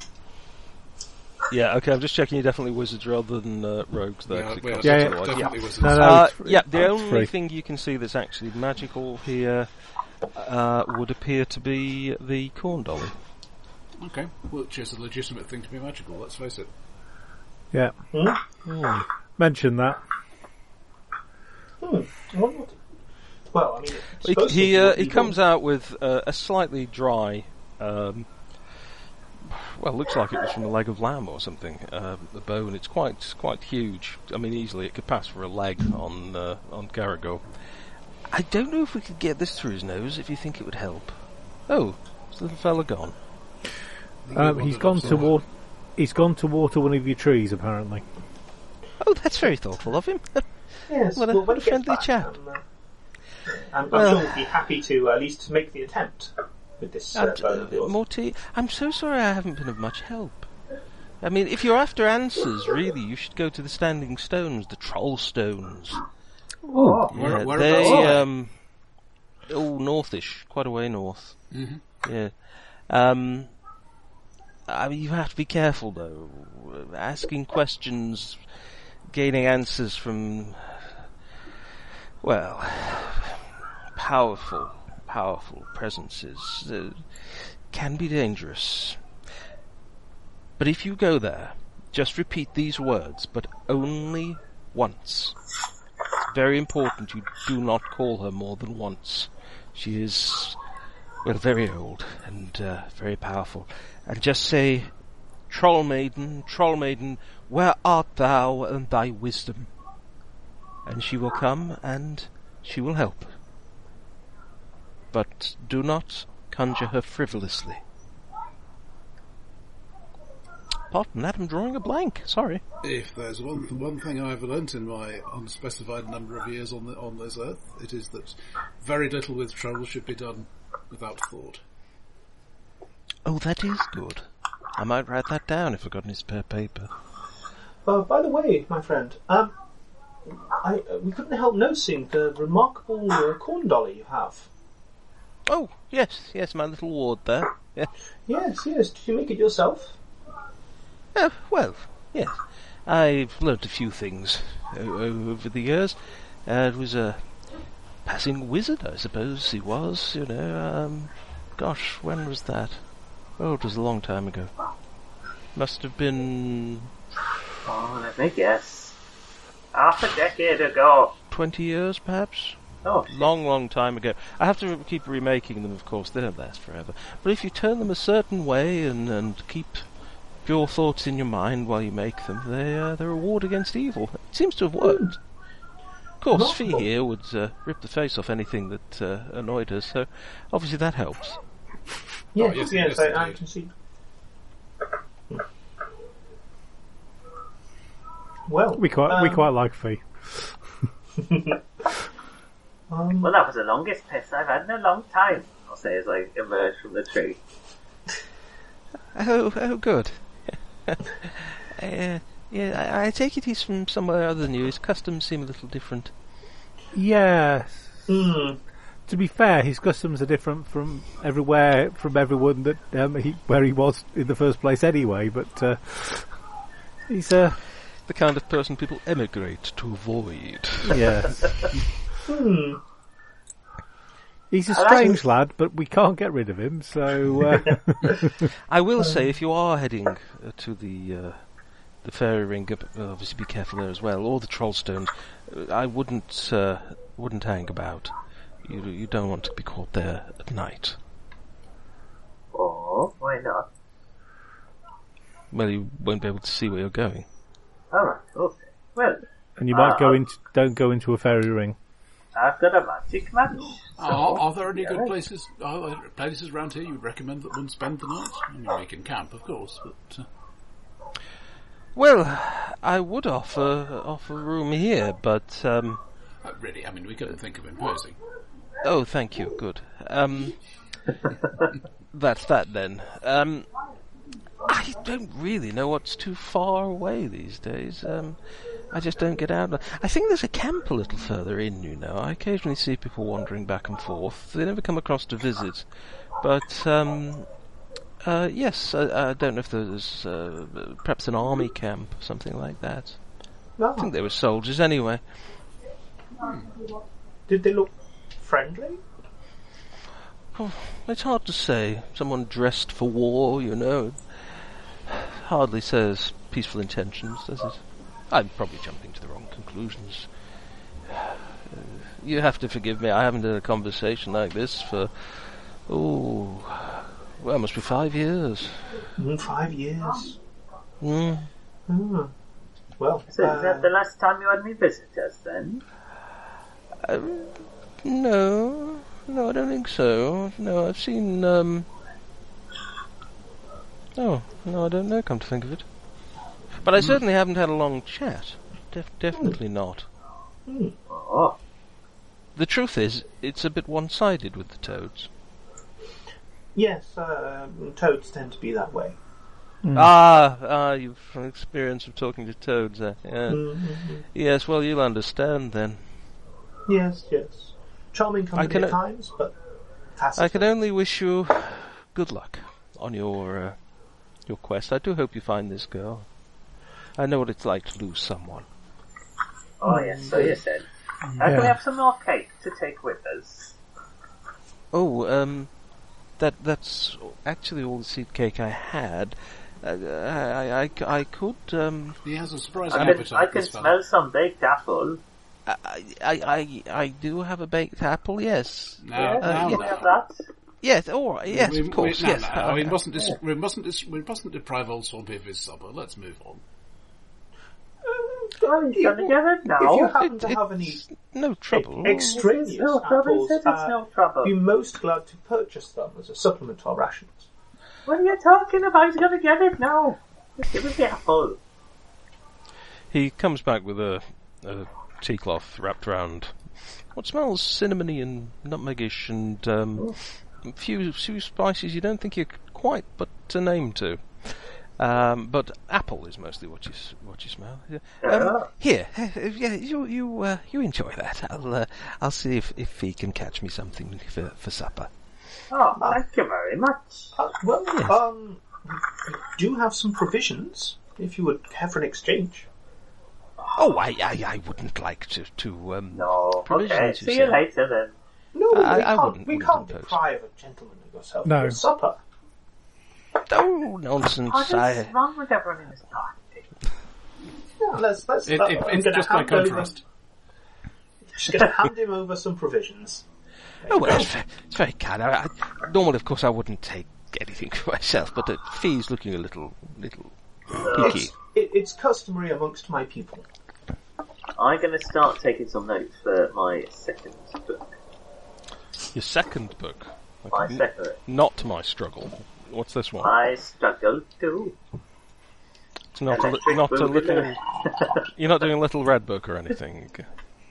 C: Yeah, okay, I'm just checking you definitely wizards rather than uh, rogues there. 'cause it
B: we are
C: costs
F: yeah,
C: otherwise.
B: definitely
C: Yeah.
B: wizards.
F: No, no,
C: Uh,
F: it's free.
C: yeah, the
F: It's
C: only
F: free.
C: thing you can see that's actually magical here uh, would appear to be the corn dolly.
B: Okay, which is a legitimate thing to be magical. Let's face it.
F: Yeah. Mention that.
G: I wonder what- Well, I mean, it's
C: He
G: supposed to
C: he,
G: be
C: uh, he
G: evil.
C: comes out with uh, a slightly dry, um, well, looks like it was from a leg of lamb or something. Uh, the bone, it's quite quite huge. I mean, easily it could pass for a leg on uh, on Garagor. I don't know if we could get this through his nose. If you think it would help. Oh, is the little fella gone?
F: Um, he's gone to water. He's gone to water one of your trees, apparently.
C: Oh, that's very thoughtful of him.
G: Yes,
C: What a-
G: well, when
C: what a
G: he gets
C: friendly
G: back,
C: chap.
G: I'm, uh, I'm, I'm
C: Well-
G: sure we'll be happy to at least make the attempt with this uh,
C: And,
G: bone
C: uh,
G: of yours.
C: Morty, I'm so sorry I haven't been of much help. I mean, if you're after answers, really, you should go to the Standing Stones, the Troll Stones.
G: Oh,
B: Where,
C: Yeah,
B: whereabouts?
C: they,
G: are
C: um, oh, northish, quite a way north. Mm-hmm. Yeah. Um, I mean, you have to be careful though. Asking questions, gaining answers from, well, powerful, powerful presences uh, can be dangerous. But if you go there, just repeat these words, but only once very important you do not call her more than once. She is, well, very old and uh, very powerful. And just say, Troll Maiden, Troll Maiden, where art thou and thy wisdom? And she will come and she will help. But do not conjure her frivolously. Pardon that, I'm drawing a blank. Sorry.
B: If there's one one thing I've learnt in my unspecified number of years on the, on this earth, it is that very little with trouble should be done without thought.
C: Oh, that is good. I might write that down if I've got any spare paper.
G: Uh, by the way, my friend, um, I, uh, we couldn't help noticing the remarkable uh, corn dolly you have.
C: Oh, yes, yes, my little ward there. Yeah.
G: Yes, yes. Did you make it yourself?
C: Oh, well, yes. I've learnt a few things o- o- over the years. Uh, it was a passing wizard, I suppose he was, you know. Um, gosh, when was that? Oh, it was a long time ago. Must have been
D: Oh, let me guess. Half a decade ago.
C: 20 years, perhaps?
D: Oh,
C: long, long time ago. I have to keep remaking them, of course. They don't last forever. But if you turn them a certain way and, and keep your thoughts in your mind while you make them, they, uh, they're a ward against evil. It seems to have worked. Of course, Fee
G: Remarkable.
C: here would uh, rip the face off anything that uh, annoyed her, so obviously that helps.
G: Yes,
B: yes,
G: yes,
B: yes,
G: I, I
B: indeed.
G: can see. Hmm. Well,
F: We quite we
G: um,
F: quite like Fee.
G: Um,
D: well, that was the longest piss I've had in a long time. I'll say as I emerge from the tree.
C: Oh, oh, good. uh, yeah, I, I take it he's from somewhere other than you. His customs seem a little different.
F: Yes.
G: hmm.
F: To be fair, his customs are different from everywhere from everyone that um, he, where he was in the first place anyway. But uh, he's uh,
C: The kind of person people emigrate to avoid.
F: yes.
G: Hmm.
F: He's a
D: I like him.
F: strange lad, but we can't get rid of him, so uh,
C: I will say, if you are heading uh, to the uh, the fairy ring, uh, obviously be careful there as well, or the troll stone. Uh, I wouldn't uh, wouldn't hang about. You you don't want to be caught there at night.
D: Or Oh, why not?
C: Well, you won't be able to see where you're going.
D: Alright, okay. Well,
F: and you might
D: Ah.
F: go into don't go into a fairy ring.
D: I've got a magic match.
B: Are, are there any
D: Yeah.
B: good places are there places around here you would recommend that one spend the night? I mean, we can camp, of course, but uh,
C: Well, I would offer offer room here, but um,
B: uh, really, I mean, we couldn't think of imposing.
C: oh, thank you, good. Um, that's that then. Um, I don't really know what's too far away these days. Um, I just don't get out. I think there's a camp a little further in, you know. I occasionally see people wandering back and forth. They never come across to visit, but um, uh, yes, I, I don't know if there's uh, perhaps an army camp, something like that.
G: No.
C: I think they were soldiers anyway.
G: Did they look friendly?
C: It's hard to say. Someone dressed for war, you know, hardly says peaceful intentions, does it? I'm probably jumping to the wrong conclusions. Uh, You have to forgive me. I haven't had a conversation like this for oh, well, it must be five years.
G: Mm, five years.
C: Mm.
G: Mm. Well,
D: So is
G: uh,
D: that the last time you had any visitors then?
C: Um, No, no, I don't think so. No, I've seen. Um... Oh, no, I don't know. Come to think of it, but I certainly haven't had a long chat. Def- definitely not.
D: Oh,
C: The truth is, it's a bit one-sided with the toads.
G: yes, uh, toads tend to be that way.
C: Ah, ah, you've from experience of talking to toads. Eh? Yeah.
G: Mm, mm, mm.
C: Yes, well, you'll understand then.
G: Yes, yes. Charming company
C: can
G: at
C: o-
G: times, but tacit.
C: I can only wish you good luck on your uh, your quest. I do hope you find this girl. I know what it's like to lose someone.
D: oh yes, so you said. Uh, can we
F: Yeah.
D: have some more cake to take with us?
C: Oh, um, that that's actually all the seed cake I had. Uh, I, I- I c- I could, um,
B: He has a surprising
D: I
B: appetite.
D: can, I can
B: this fella.
D: smell some baked apple.
C: I, I, I, I do have a baked apple, yes.
B: Now,
D: yeah,
B: now,
D: can we
B: now.
D: have that?
C: Yes, all right, yes,
B: we,
C: of course,
B: we, no,
C: yes.
B: no,
C: uh,
B: no, we mustn't. Dis- we mustn't. Dis- we mustn't deprive old Swampy of his supper. Let's move on.
D: Oh, he's gonna get it now.
G: If you happen to
C: it-
G: have any
C: it's no trouble.
G: extraneous
D: no trouble,
G: apples,
D: he said it's
G: uh,
D: no trouble.
G: be most glad to purchase them as a supplement to our rations.
D: What are you talking about? He's gonna get it now. Just give us the apple.
C: He comes back with a, a tea cloth wrapped around what smells cinnamony and nutmegish and um, a few few spices you don't think you could quite put a name to. Um, but apple is mostly what you s- what you smell. Yeah. Um, here, yeah, you you uh, you enjoy that. I'll uh, I'll see if, if he can catch me something for for supper.
D: Oh, thank you very much.
G: Uh, well, um, we do have some provisions if you would care for an exchange.
C: Oh, I I, I wouldn't like to to um.
D: No, okay.
C: Provisions, you
D: See you
C: say.
D: later then.
G: No,
C: I-
G: we
C: I
G: can't,
C: wouldn't-
G: we
C: wouldn't
G: can't
C: impose.
G: deprive a gentleman of yourself
F: No.
G: for supper.
C: Oh nonsense!
D: What is
C: I,
D: wrong with everyone in this party?
G: Yeah, let's, let's,
B: It,
G: uh,
B: it,
G: I'm
B: it's
G: gonna
B: just by
G: hand over-
B: contrast.
G: Just going to hand him over some provisions.
C: Oh well, it's, ve- it's very kind. I, I, normally, of course, I wouldn't take anything for myself, but the fee's looking a little, little peaky.
G: It's, it, it's customary amongst my people.
D: I'm gonna start taking some notes for my second book.
C: Your second book, I
D: My
C: could-
D: second
C: not my struggle. What's this one?
D: I struggle too.
C: It's not a, li-
D: Electric
C: not a little.
D: Boogaloo.
C: You're not doing Little Red Book or anything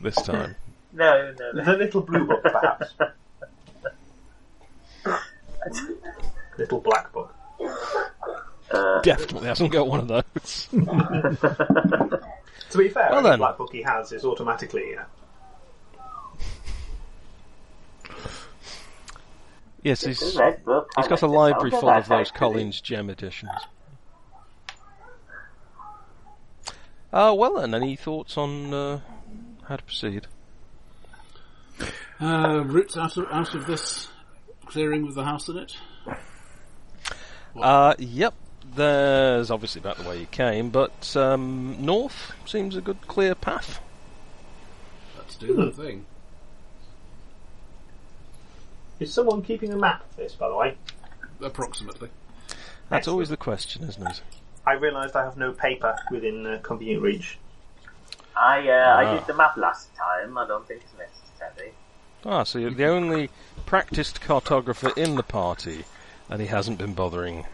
C: this time.
D: No, no, no.
G: The little blue book, perhaps. little black book.
C: Definitely hasn't got one of those.
G: To be fair,
C: Well
G: any
C: then.
G: black book he has is automatically. Uh,
C: yes, he's
D: The red book.
C: he's
D: I
C: got a
D: like the
C: library
D: sound
C: full of
D: that,
C: those
D: actually.
C: Collins Gem editions. Uh, well then, any thoughts on uh, how to proceed?
B: Uh, roots out of out of this clearing with the house in it.
C: Uh, yep. There's obviously about the way you came, but um, north seems a good clear path.
B: Let's do that thing.
G: Is someone keeping a map of this, by the way?
B: Approximately.
C: That's always the question, isn't it?
G: I realised I have no paper within uh, convenient reach.
D: I uh, I did the map last time. I don't think it's necessary.
C: Ah, so you're the only practiced cartographer in the party, and he hasn't been bothering.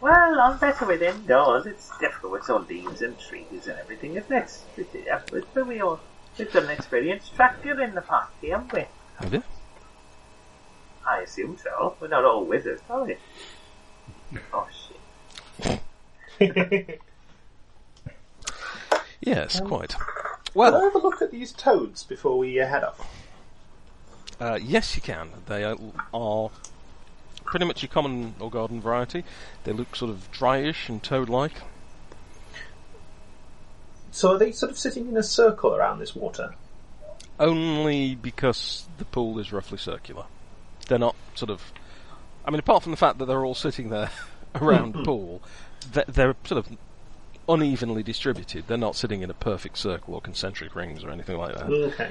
D: Well, I'm better with indoors. It's difficult with all leaves and trees and everything, isn't it? It's, it's, but we all, we've got an experienced tractor in the party, haven't we?
C: Have you?
D: I assume so. We're not all wizards, are we? Oh shit.
C: Yes, quite.
G: Well, I'll have a look at these toads before we uh, head off.
C: Uh, yes, you can. They are, are pretty much your common or garden variety. They look sort of dryish and toad-like.
G: So are they sort of sitting in a circle around this water?
C: only because the pool is roughly circular. They're not sort of. I mean, apart from the fact that they're all sitting there around the pool, they're, they're sort of unevenly distributed. They're not sitting in a perfect circle or concentric rings or anything like that.
G: Okay.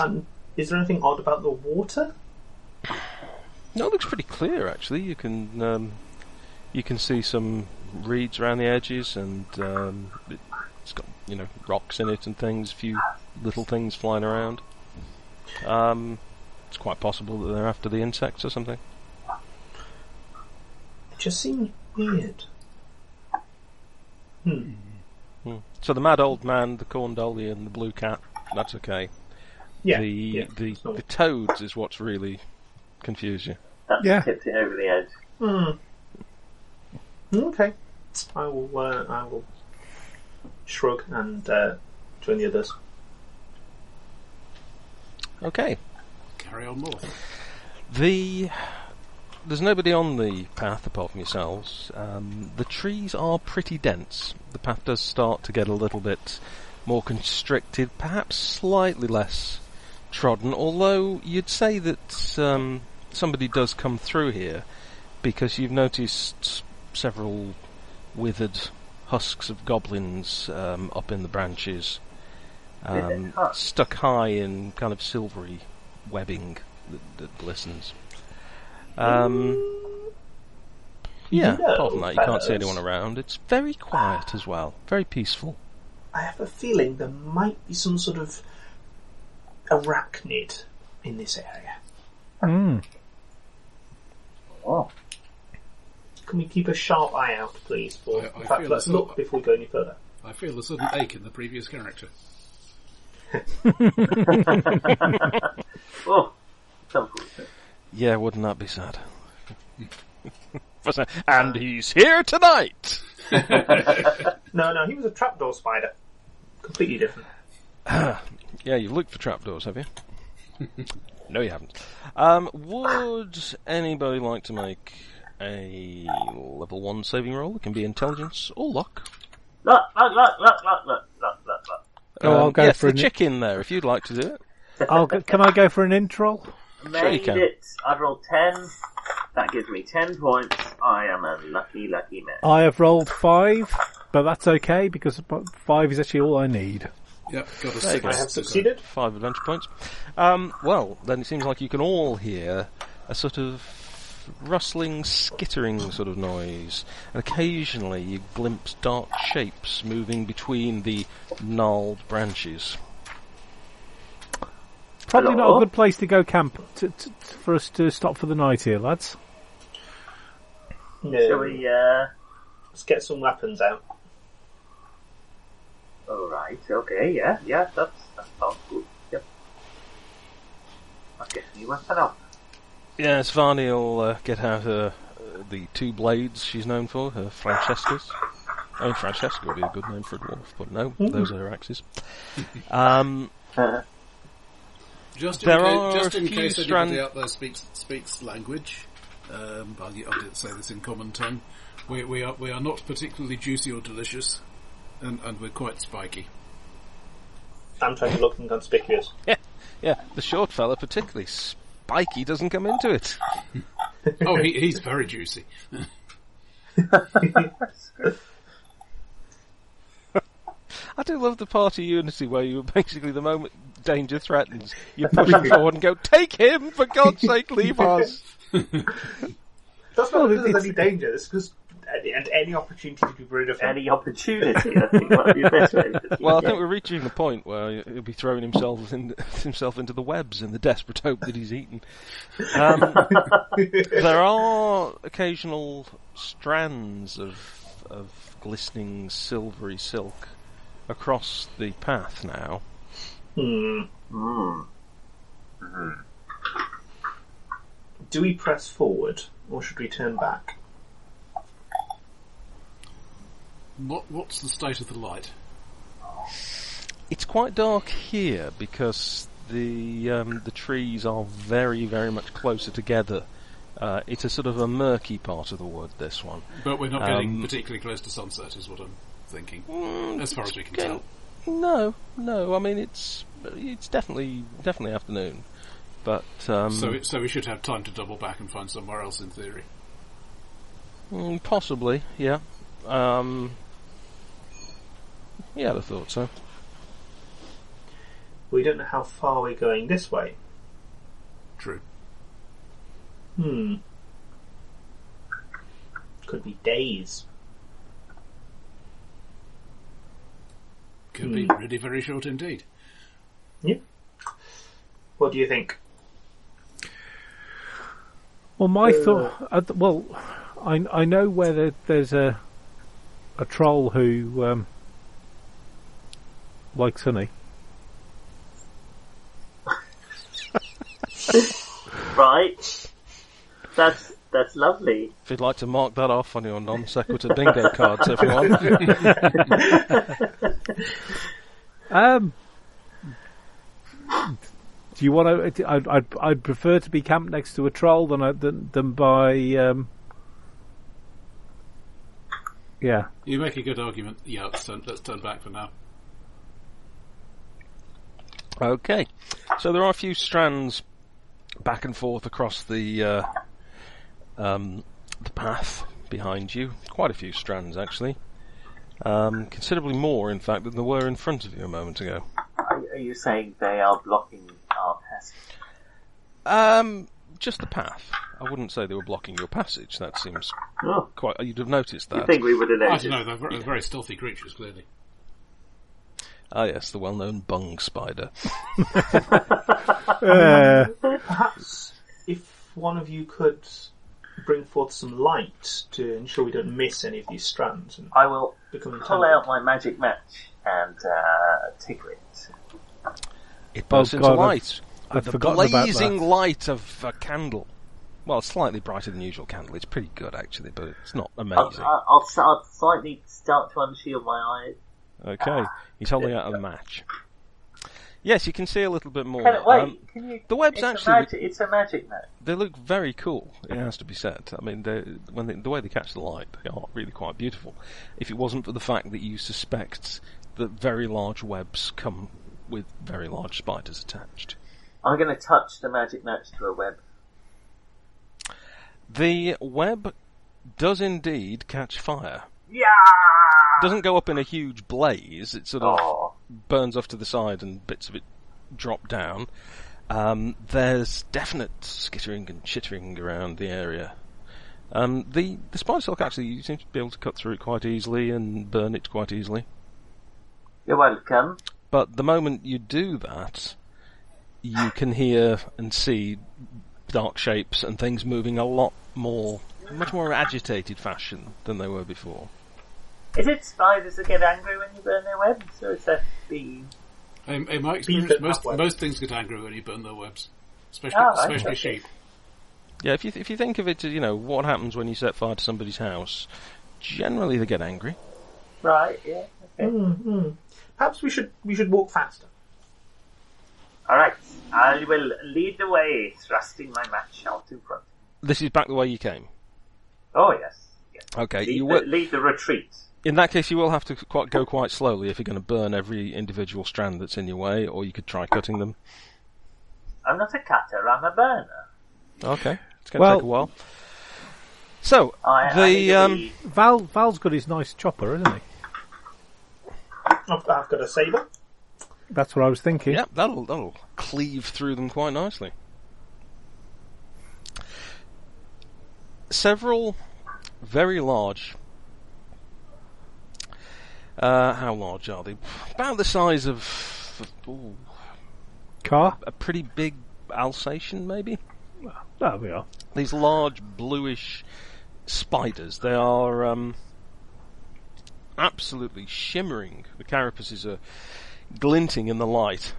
G: And is there anything odd about the water?
C: No, it looks pretty clear actually. You can um, you can see some reeds around the edges, and um, it- it's got you know rocks in it and things, a few little things flying around. Um, it's quite possible that they're after the insects or something.
G: It just seems weird.
C: Hmm. So the mad old man, the corn dolly, and the blue cat. That's okay.
G: Yeah.
C: the
G: yeah,
C: the,
G: it's not-
C: the toads is what's really confused you.
D: That's
F: Yeah.
D: tipped it over the edge.
G: Okay. I will. Uh, I will shrug and uh, join the others.
C: Okay.
B: Carry on north.
C: The there's nobody on the path apart from yourselves. Um, the trees are pretty dense. The path does start to get a little bit more constricted, perhaps slightly less trodden. Although you'd say that um, somebody does come through here because you've noticed s- several withered husks of goblins um, up in the branches, um,
D: Withered husks?
C: stuck high in kind of silvery webbing that, that glistens. Um, yeah,
G: No,
C: apart from that, you can't see
G: fellas.
C: anyone around. It's very quiet as well, very peaceful.
G: I have a feeling there might be some sort of arachnid in this area.
F: Mm.
D: Oh.
G: Can we keep a sharp eye out, please? For
B: I- I
G: in fact,
B: feel
G: let's
B: it's not-
G: look before we go any further.
B: I feel a sudden ache in the previous character.
D: Oh. It's unfortunate.
C: Yeah, wouldn't that be sad? and he's here tonight!
G: No, no, he was a trapdoor spider. Completely different.
C: Yeah, you've looked for trapdoors, have you? no, you haven't. Um, would anybody like to make a level 1 saving roll? It can be intelligence or luck.
D: Look, look, look, look, look, look, look, look, look.
F: Oh, I'll go
C: Um, yes,
F: for
C: the
F: an-
C: chicken there, if you'd like to do it.
F: I'll go, can I go for an intro?
C: Sure you
D: Made
C: can.
D: it. I rolled ten. That gives me ten points. I am a lucky, lucky man.
F: I have rolled five, but that's okay because five is actually all I need.
B: Yep, got a
C: go.
G: I
B: six.
G: have succeeded.
C: Five adventure points. Um, well, then it seems like you can all hear a sort of rustling, skittering sort of noise, and occasionally you glimpse dark shapes moving between the gnarled branches.
F: Probably not
D: Hello?
F: a good place to go camp to, to, to- for us to stop for the night here, lads.
D: Shall
G: No,
D: we? Uh,
G: let's get some weapons out.
D: all right. Okay. Yeah. Yeah. That's that sounds good. Yep. I'll get me weapon out.
C: Yeah, Svani will uh, get out her uh, the two blades she's known for, her Francescas. I mean, Francesca would be a good name for a dwarf, but no, those are her axes. Um,
B: Just in,
C: There
B: ca-
C: are
B: just
C: a
B: in
C: few
B: case
C: strand-
B: anybody out there speaks speaks language, um, I, I did say this in common tongue. We, we are we are not particularly juicy or delicious, and, and we're quite spiky.
G: I'm trying to look inconspicuous.
C: Yeah, the short fella particularly. Spiky doesn't come into it.
B: Oh, he, he's very juicy.
C: I do love the party unity where you basically the moment danger threatens, you push him forward and go, take him, for God's sake, leave us.
G: That's not
F: Well,
G: because there's
F: it's-
G: any danger. It's because at, at any opportunity to be rid of him.
D: Any opportunity, I think, might be the best way. of
C: Well, I
D: putting
C: think
D: it.
C: we're reaching the point where he'll be throwing himself in, himself into the webs in the desperate hope that he's eaten. Um, there are occasional strands of of glistening silvery silk across the path now.
G: Do we press forward or should we turn back?
B: What, what's the state of the light?
C: It's quite dark here because the um, the trees are very very much closer together. Uh, it's a sort of a murky part of the wood. This one.
B: But we're not getting
C: Um,
B: particularly close to sunset, is what I'm thinking,
C: Mm,
B: as far as we can
C: okay.
B: tell.
C: No, no. I mean, it's it's definitely definitely afternoon, but um,
B: So, it- so we should have time to double back and find somewhere else in theory.
C: mm, possibly, yeah. Um, yeah, I thought so.
G: We don't know how far we're going this way.
B: True.
G: Hmm. Could be days.
B: Could be
D: Hmm.
B: really very short indeed.
G: What do you think?
F: Well, my thought. Uh, th- well, I I know where there, there's a a troll who um, likes honey.
D: Right. That's that's lovely.
C: If you'd like to mark that off on your non sequitur bingo cards, everyone.
F: Um, do you want to? I'd, I'd I'd prefer to be camped next to a troll than I- than than by. Um, yeah,
B: You make a good argument. Yeah, let's turn, let's turn back for now.
C: okay, so there are a few strands back and forth across the uh, um, the path behind you. Quite a few strands, actually. Um, considerably more, in fact, than there were in front of you a moment ago.
D: Are, are you saying they are blocking our passage?
C: Um, just the path. I wouldn't say they were blocking your passage. That seems
D: Oh,
C: quite. You'd have noticed
D: I
C: that.
D: think we would have
B: I
D: noticed.
B: don't know, they're very, very stealthy creatures, clearly.
C: Ah, yes, the well-known bung spider.
G: Perhaps if one of you could bring forth some light to ensure we don't miss any of these strands and
D: I will
G: become
D: pull out my magic match and uh, tickle it.
C: It bursts
F: Oh,
C: into
F: God, I've-
C: light.
F: I've
C: the
F: forgotten about
C: blazing
F: that.
C: light of a candle. Well, it's slightly brighter than usual candle. It's pretty good actually, but it's not
D: I'll,
C: amazing.
D: I'll, I'll, si will slightly start to unshield my eyes.
C: Okay, he's holding out a match. Yes, you can see a little bit more.
D: Can it, wait,
C: Um,
D: can you?
C: the web's
D: it's
C: actually-
D: A magic, it's a magic match.
C: they look very cool. It has to be said. I mean, they, when they, the way they catch the light, they are really quite beautiful. If it wasn't for the fact that you suspect that very large webs come with very large spiders attached,
D: I'm going to touch the magic match to a web.
C: the web does indeed catch fire.
D: Yeah.
C: Doesn't go up in a huge blaze. It sort of
D: Oh,
C: burns off to the side, and bits of it drop down. Um, there's definite skittering and chittering around the area. Um, the the spider silk actually seems to be able to cut through it quite easily and burn it quite easily.
D: you're welcome.
C: But the moment you do that, you can hear and see dark shapes and things moving a lot more, much more agitated fashion than they were before.
D: Is it spiders that get angry when you burn their webs, or is that being?
B: In, in my
G: Bees
B: experience,
G: don't
B: most,
G: have webs.
B: most things get angry when you burn their webs. Especially,
D: Ah, okay.
B: especially sheep.
C: Yeah, if you if you think of it, as, you know what happens when you set fire to somebody's house. Generally, they get angry.
D: Right. Yeah. Okay.
F: Hmm.
G: Perhaps we should we should walk faster.
D: All right. I will lead the way, thrusting my match out in front.
C: This is back the way you came.
D: Oh yes. yes.
C: Okay,
D: Lead,
C: you
D: the,
C: will,
D: lead the retreat.
C: in that case, you will have to quite, go quite slowly if you're going to burn every individual strand that's in your way, or you could try cutting them.
D: I'm not a cutter, I'm a burner.
C: Okay, it's going to
F: Well-
C: take a while. So
D: I, I need
C: the
D: a
C: um,
D: wee-
F: Val Val's got his nice chopper, isn't he?
G: I've, I've got a saber.
F: That's what I was thinking.
C: yeah, that'll that'll cleave through them quite nicely. Several very large. Uh, how large are they? About the size of ooh,
F: Car.
C: a pretty big Alsatian, maybe.
F: There we are.
C: these large bluish spiders. They are um, absolutely shimmering. The carapaces are glinting in the light,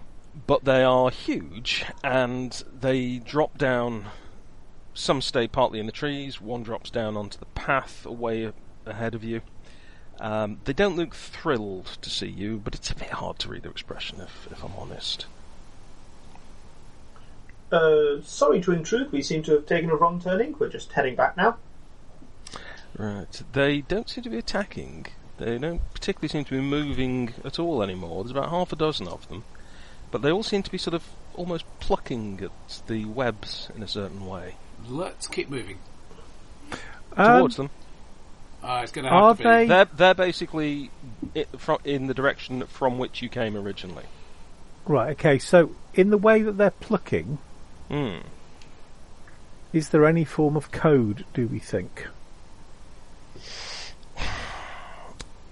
C: but they are huge and they drop down. Some stay partly in the trees, one drops down onto the path away ahead of you. Um, they don't look thrilled to see you, but it's a bit hard to read their expression, if, if I'm honest.
G: Uh, sorry to intrude, we seem to have taken a wrong turning. We're just heading back now.
C: Right. They don't seem to be attacking. They don't particularly seem to be moving at all anymore. There's about half a dozen of them. But they all seem to be sort of almost plucking at the webs in a certain way.
B: Let's keep moving.
F: Um,
C: Towards them.
B: Uh, it's going to have
F: are
B: to be.
F: they?
C: They're, they're basically i fro- in the direction from which you came originally.
F: Right. Okay. So in the way that they're plucking,
C: Hmm.
F: is there any form of code? Do we think?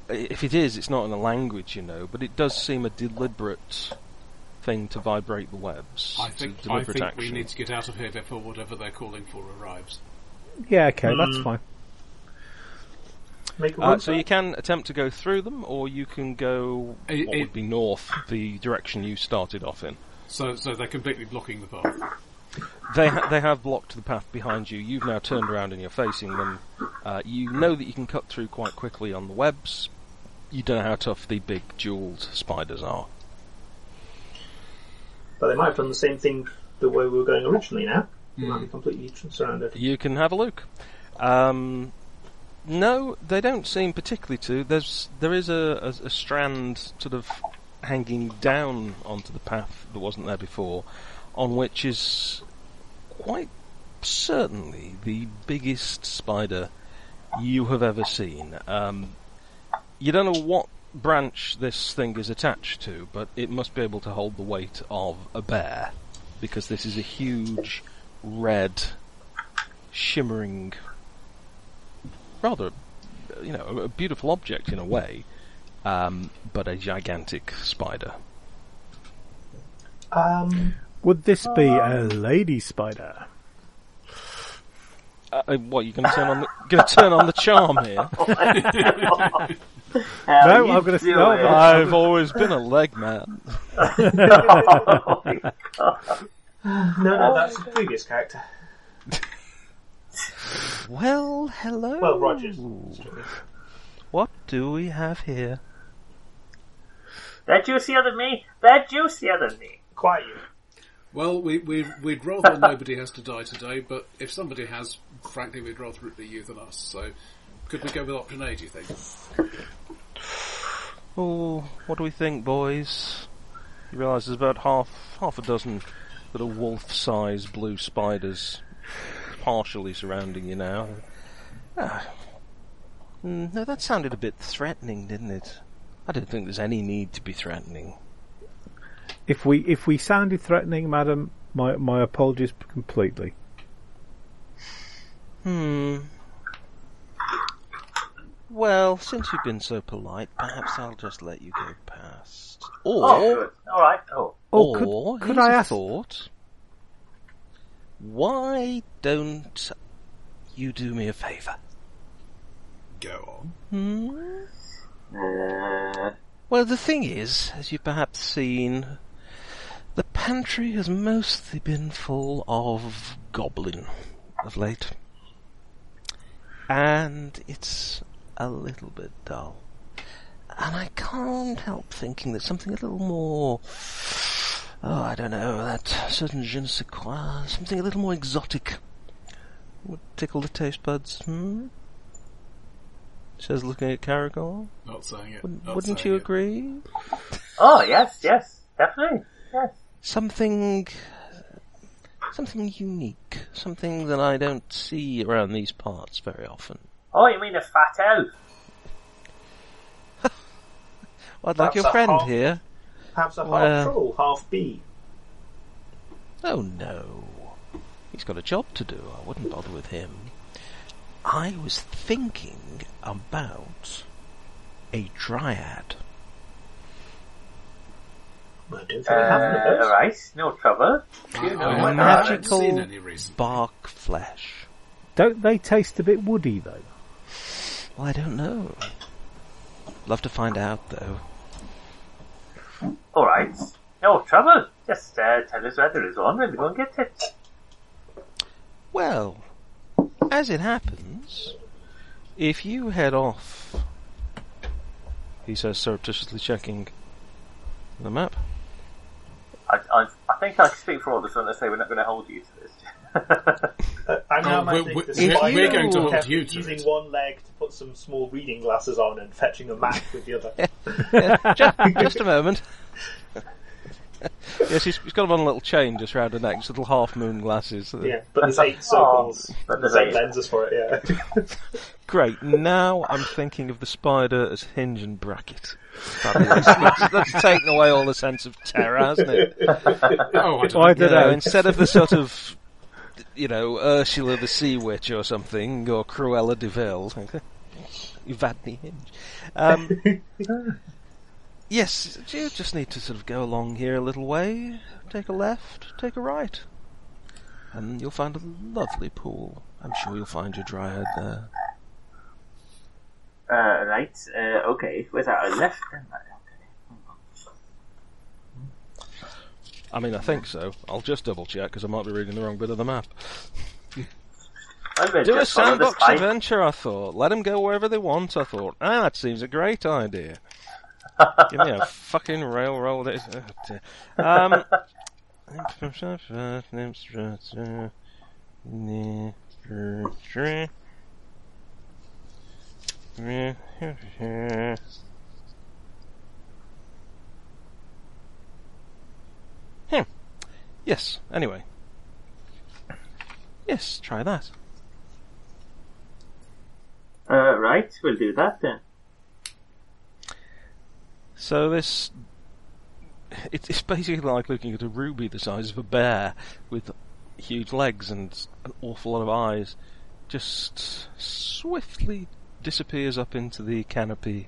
C: I- If it is, it's not in a language, you know, but it does seem a deliberate thing to vibrate the webs.
B: I
C: It's a
B: think, I
C: deliberate
B: think we
C: action.
B: need to get out of here before whatever they're calling for arrives.
F: Yeah. Okay. That's fine.
G: Make a
C: Uh,
G: run
C: so
G: for
C: you
G: it.
C: can attempt to go through them, or you can go
B: I-
C: what
B: I-
C: would be north, the direction you started off in.
B: So, so they're completely blocking the path.
C: They ha- they have blocked the path behind you. You've now turned around and you're facing them. Uh, you know that you can cut through quite quickly on the webs. You don't know how tough the big jeweled spiders are.
G: But they might have done the same thing the way we were going originally now. We might be completely tr- surrounded.
C: You can have a look. Um, no, they don't seem particularly to. There's there is a, a, a strand sort of hanging down onto the path that wasn't there before, on which is quite certainly the biggest spider you have ever seen. Um, you don't know what branch this thing is attached to, but it must be able to hold the weight of a bear, because this is a huge red shimmering, rather, you know, a beautiful object in a way, um, but a gigantic spider.
G: Um,
F: Would this be a lady spider?
C: Uh, uh, what you going to turn on? The, going to turn on the charm here?
D: How uh,
F: no,
D: you
F: I'm going to.
D: doing?
F: No,
C: I've always been a leg man.
G: no, no, that's the previous character.
C: Well, hello.
G: Well, Rogers.
C: What do we have here?
D: They're juicier than me. They're juicier than me.
G: Quiet you.
B: Well, we, we, we'd rather nobody has to die today, but if somebody has, frankly, we'd rather it be you than us. So, could we go with option A, do you think?
C: Oh, what do we think, boys? You realise there's about half half a dozen little wolf-sized blue spiders partially surrounding you now. Ah. Mm, no, that sounded a bit threatening, didn't it? I don't think there's any need to be threatening.
F: If we if we sounded threatening, madam, my my apologies completely.
C: Hmm. Well, since you've been so polite, perhaps I'll just let you go past. Or
D: Oh, good. All right. Oh,
F: Oh, could-
C: or
F: could
C: here's
F: I
C: a
F: ask-
C: thought? Why don't you do me a favour?
B: Go on.
C: Hmm?
D: uh,
C: Well, the thing is, as you've perhaps seen, the pantry has mostly been full of goblin of late, and it's a little bit dull. And I can't help thinking that something a little more oh, I don't know, that certain je ne sais quoi, something a little more exotic would tickle the taste buds, hmm? Says looking at Caragor.
B: Not saying it.
C: Wouldn't,
B: not
C: wouldn't
B: saying
C: you
B: it.
C: agree?
D: oh, yes, yes, definitely. Yes.
C: Something something unique, something that I don't see around these parts very often.
D: Oh, you mean a fat elf?
C: Well, I'd like
G: Perhaps
C: your
G: a
C: friend
G: half-
C: here.
G: Perhaps a half
C: Well-
G: troll, half bee.
C: Oh no, he's got a job to do. I wouldn't bother with him. I was thinking about a dryad.
G: I don't think
D: Uh,
G: we have one of those.
D: right, no trouble.
B: I, I
D: know what
B: haven't
D: that
C: magical-
B: seen any recent.
C: Bark flesh.
F: Don't they taste a bit woody though?
C: Well, I don't know. Love to find out though.
D: All right, no trouble. Just uh, tell us where there is one, and we'll go and get it.
C: Well, as it happens, if you head off, he says surreptitiously checking the map.
D: I, I, I think I speak for all of us when I say we're not going to hold you to this.
G: Uh, I'm now
B: Oh,
G: imagining
B: we're-
G: this
B: we're-
G: spider
C: we're going to
B: hold
G: carefully
B: you to
G: using
B: it.
G: one leg to put some small reading glasses on and fetching a map with the other.
C: just, just a moment. yes, he's, he's got him on a little chain just round her neck, just little half moon glasses.
G: Yeah, but there's eight circles,
D: But
G: there's
D: there's
G: eight
D: eight.
G: lenses for it. Yeah.
C: Great. Now I'm thinking of the spider as hinge and bracket. Fabulous. that's, that's taken away all the sense of terror, hasn't it?
B: Oh, I don't
F: I
C: You
F: don't
C: know,
F: know.
C: instead of the sort of, you know, Ursula the Sea Witch or something, or Cruella de Vil, Evadne Hinge. Um, yes, you just need to sort of go along here a little way, take a left, take a right, and you'll find a lovely pool. I'm sure you'll find your dryad there.
D: Uh, right, uh, okay, where's our left and right?
C: I mean, I think so. I'll just double check because I might be reading the wrong bit of the map.
D: Well, we'll
C: Do a
D: just follow the
C: sandbox
D: spike.
C: adventure, I thought. Let them go wherever they want, I thought. Ah, that seems a great idea. Give me a fucking railroad. It's- oh, dear. Um, Hmm. Yes, anyway. Yes, try that.
D: Uh, right, we'll do that then.
C: So this, it, it's basically like looking at a ruby the size of a bear with huge legs and an awful lot of eyes, just swiftly disappears up into the canopy.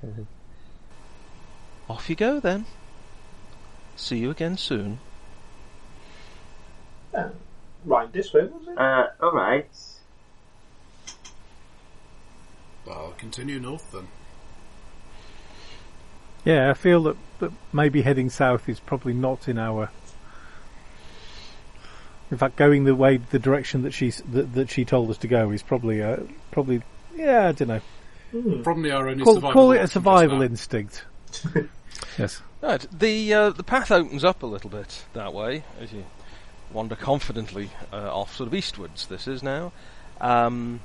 C: Off you go then. See you again soon.
G: Yeah. Right, this way, was it?
D: Uh, all right.
B: Well, I'll continue north then.
F: Yeah, I feel that, that maybe heading south is probably not in our. In fact, going the way, the direction that she's that, that she told us to go is probably uh, probably yeah, I don't know.
B: Probably our only
F: Call,
B: survival.
F: call it
B: option
F: a
B: just
F: survival
B: now.
F: instinct. yes.
C: Right, the uh, the path opens up a little bit that way as you wander confidently uh, off sort of eastwards. This is now, um,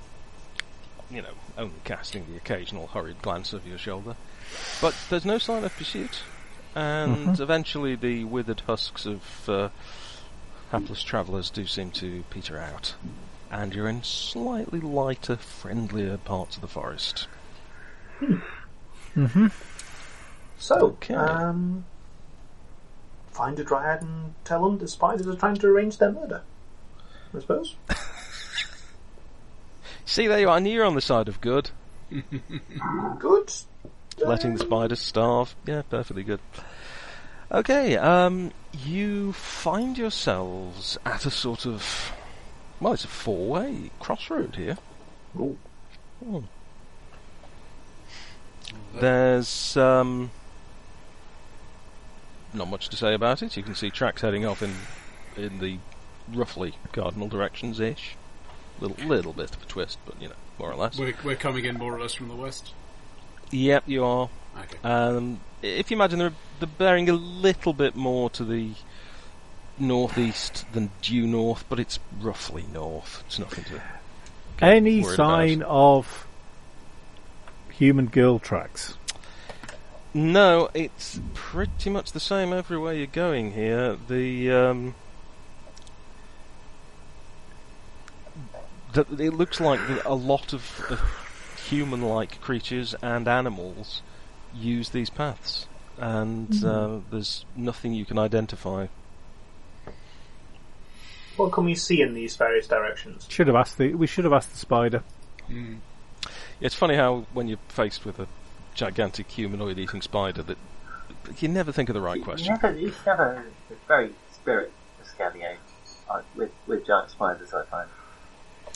C: you know, only casting the occasional hurried glance over your shoulder, but there's no sign of pursuit, and eventually the withered husks of uh, hapless travellers do seem to peter out, and you're in slightly lighter, friendlier parts of the forest.
G: So,
C: Okay.
G: um, find a dryad and tell them the spiders are trying to arrange their murder. I suppose.
C: See, there you are. I knew you're on the side of good.
G: Good. Uh,
C: letting the spiders starve. Yeah, perfectly good. Okay, um, you find yourselves at a sort of, well, it's a four-way crossroad here.
G: Ooh.
C: Hmm. There's um, not much to say about it. You can see tracks heading off in in the roughly cardinal directions ish. Little little bit of a twist, but you know, more or less.
B: We're, we're coming in more or less from the west.
C: Yep, you are.
B: Okay.
C: Um, if you imagine they're, they're bearing a little bit more to the northeast than due north, but it's roughly north. It's nothing to.
F: Any
C: worried
F: sign of human girl tracks?
C: No, it's pretty much the same everywhere you're going here. The um, that it looks like that a lot of uh, human-like creatures and animals use these paths, and
F: Mm-hmm.
C: uh, there's nothing you can identify.
G: What can we see in these various directions?
F: Should have asked the. We should have asked the spider.
C: It's funny how when you're faced with a gigantic humanoid-eating spider, that you never think of the right question.
D: Never, he's never the very spirit of Scavio uh, with, with giant spiders, I find.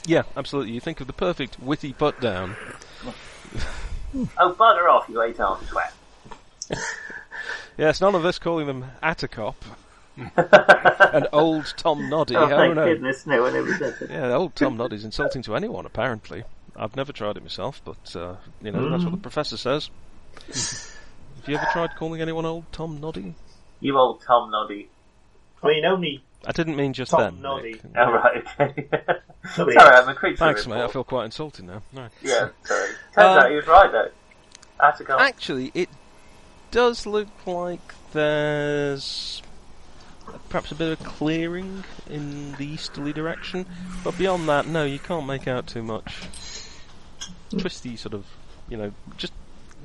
C: Yeah, absolutely. You think of the perfect witty put down.
D: Oh, bugger off, you eight armed twat.
C: Yes, none of us calling them Atacop. and old Tom Noddy.
D: Oh,
C: oh
D: thank
C: no.
D: goodness, no one ever said that.
C: Yeah, old Tom Nod is insulting to anyone, apparently. I've never tried it myself, but, uh, you know, that's what
D: Mm.
C: the professor says. Have you ever tried calling anyone old Tom Noddy?
D: You old Tom Noddy.
G: I mean, only
C: I didn't mean just
G: Tom
C: them.
G: Noddy.
C: Nick.
D: Oh, right, okay.
G: Nobody
D: sorry, I'm a creature.
C: Thanks, mate. I
D: report.
C: feel quite insulted now. No.
D: Yeah, sorry. Turns
C: Um,
D: out he was right, though. Atacom.
C: Actually, it does look like there's perhaps a bit of a clearing in the easterly direction, but beyond that, no, you can't make out too much. Twisty sort of, you know, just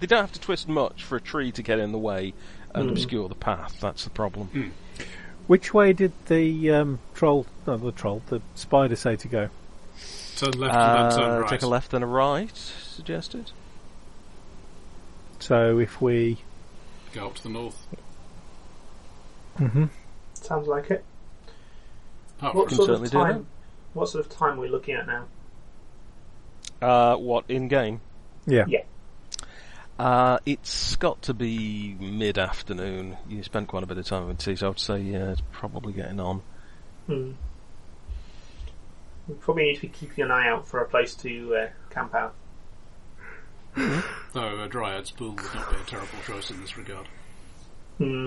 C: they don't have to twist much for a tree to get in the way and obscure the path. That's the problem.
F: Which way did the um, troll? No, the troll. The spider say to go.
B: Turn left and then turn
C: Uh,
B: right.
C: Take a left and a right, suggested.
F: So if we,
B: Go up to the north.
G: sounds like it.
B: Apart
G: What
B: from
G: sort of
C: certainly do that.
G: time? What sort of time are we looking at now?
C: Uh, what in game?
F: yeah,
G: Yeah.
C: Uh, it's got to be mid afternoon. You spent quite a bit of time with tea, so I would say yeah, it's probably getting on.
G: Hmm. We probably need to be keeping an eye out for a place to uh, camp out.
B: though a dryad's pool would not be a terrible choice in this regard.
G: Hmm.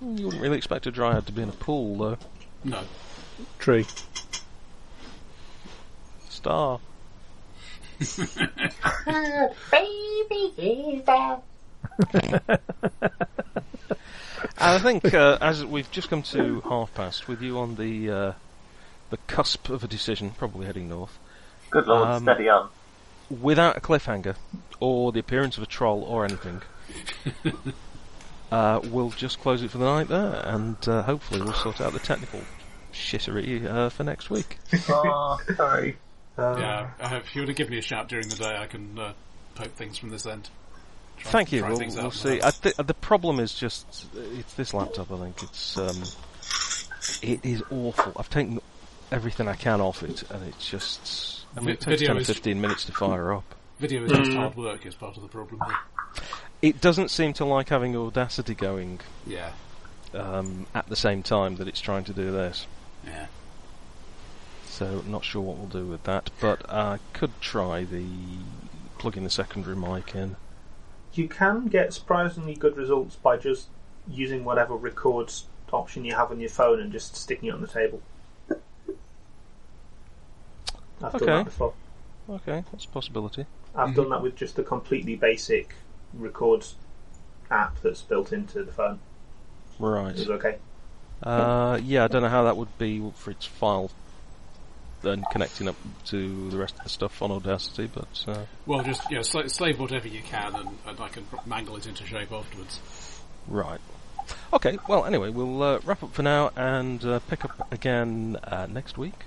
C: You wouldn't really expect a dryad to be in a pool, though.
B: No.
F: tree.
C: Star. And I think uh, as we've just come to half past with you on the uh, the cusp of a decision, probably heading north,
D: Good lord,
C: um,
D: steady on.
C: without a cliffhanger or the appearance of a troll or anything. Uh, we'll just close it for the night there, and uh, hopefully we'll sort out the technical shittery uh, for next week.
D: Oh, sorry.
B: Yeah, uh, if you would have given me a shout during the day, I can uh, poke things from this end. Try-
C: Thank you.
B: try
C: We'll,
B: things out
C: we'll
B: and
C: see. I
B: that's-
C: th- the problem is just it's this laptop. I think it's um, it is awful. I've taken everything I can off it, and it's just. I mean, it
B: Vi-
C: takes
B: video
C: 10 or
B: is-
C: 15 minutes to fire up.
B: Video is just
C: Hmm.
B: hard work is part of the problem here.
C: It doesn't seem to like having Audacity going
B: Yeah,
C: um, at the same time that it's trying to do this.
B: yeah.
C: So not sure what we'll do with that, but I could try the plugging the secondary mic in.
G: You can get surprisingly good results by just using whatever records option you have on your phone and just sticking it on the table. I've done
C: Okay.
G: that before.
C: Okay, that's a possibility.
G: I've done that with just a completely basic records app that's built into the phone.
C: Right.
G: It was okay.
C: Uh, yeah, I don't know how that would be for its file and connecting up to the rest of the stuff on Audacity, but uh,
B: Well, just yeah, sla- save whatever you can, and, and I can mangle it into shape afterwards.
C: right. Okay, well, anyway, we'll uh, wrap up for now and uh, pick up again uh, next week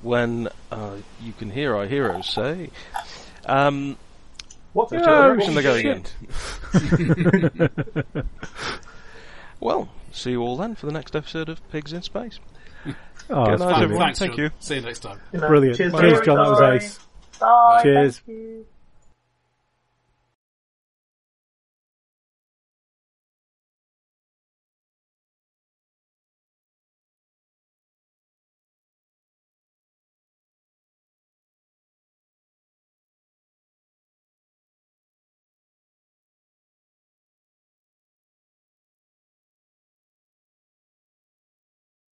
C: when uh, you can hear our heroes say. Um,
G: What
C: Which direction they're going in. well, see you all then for the next episode of Pigs in Space.
F: Oh,
C: Good
F: that's
C: night,
F: brilliant.
C: everyone.
B: Thanks,
C: Thank
B: John.
C: you.
B: See you next time.
G: You know,
F: Brilliant.
G: cheers,
F: Cheers,
G: Derek.
F: John. That was
G: Sorry.
F: ace.
D: Bye,
F: Cheers.
D: thank you.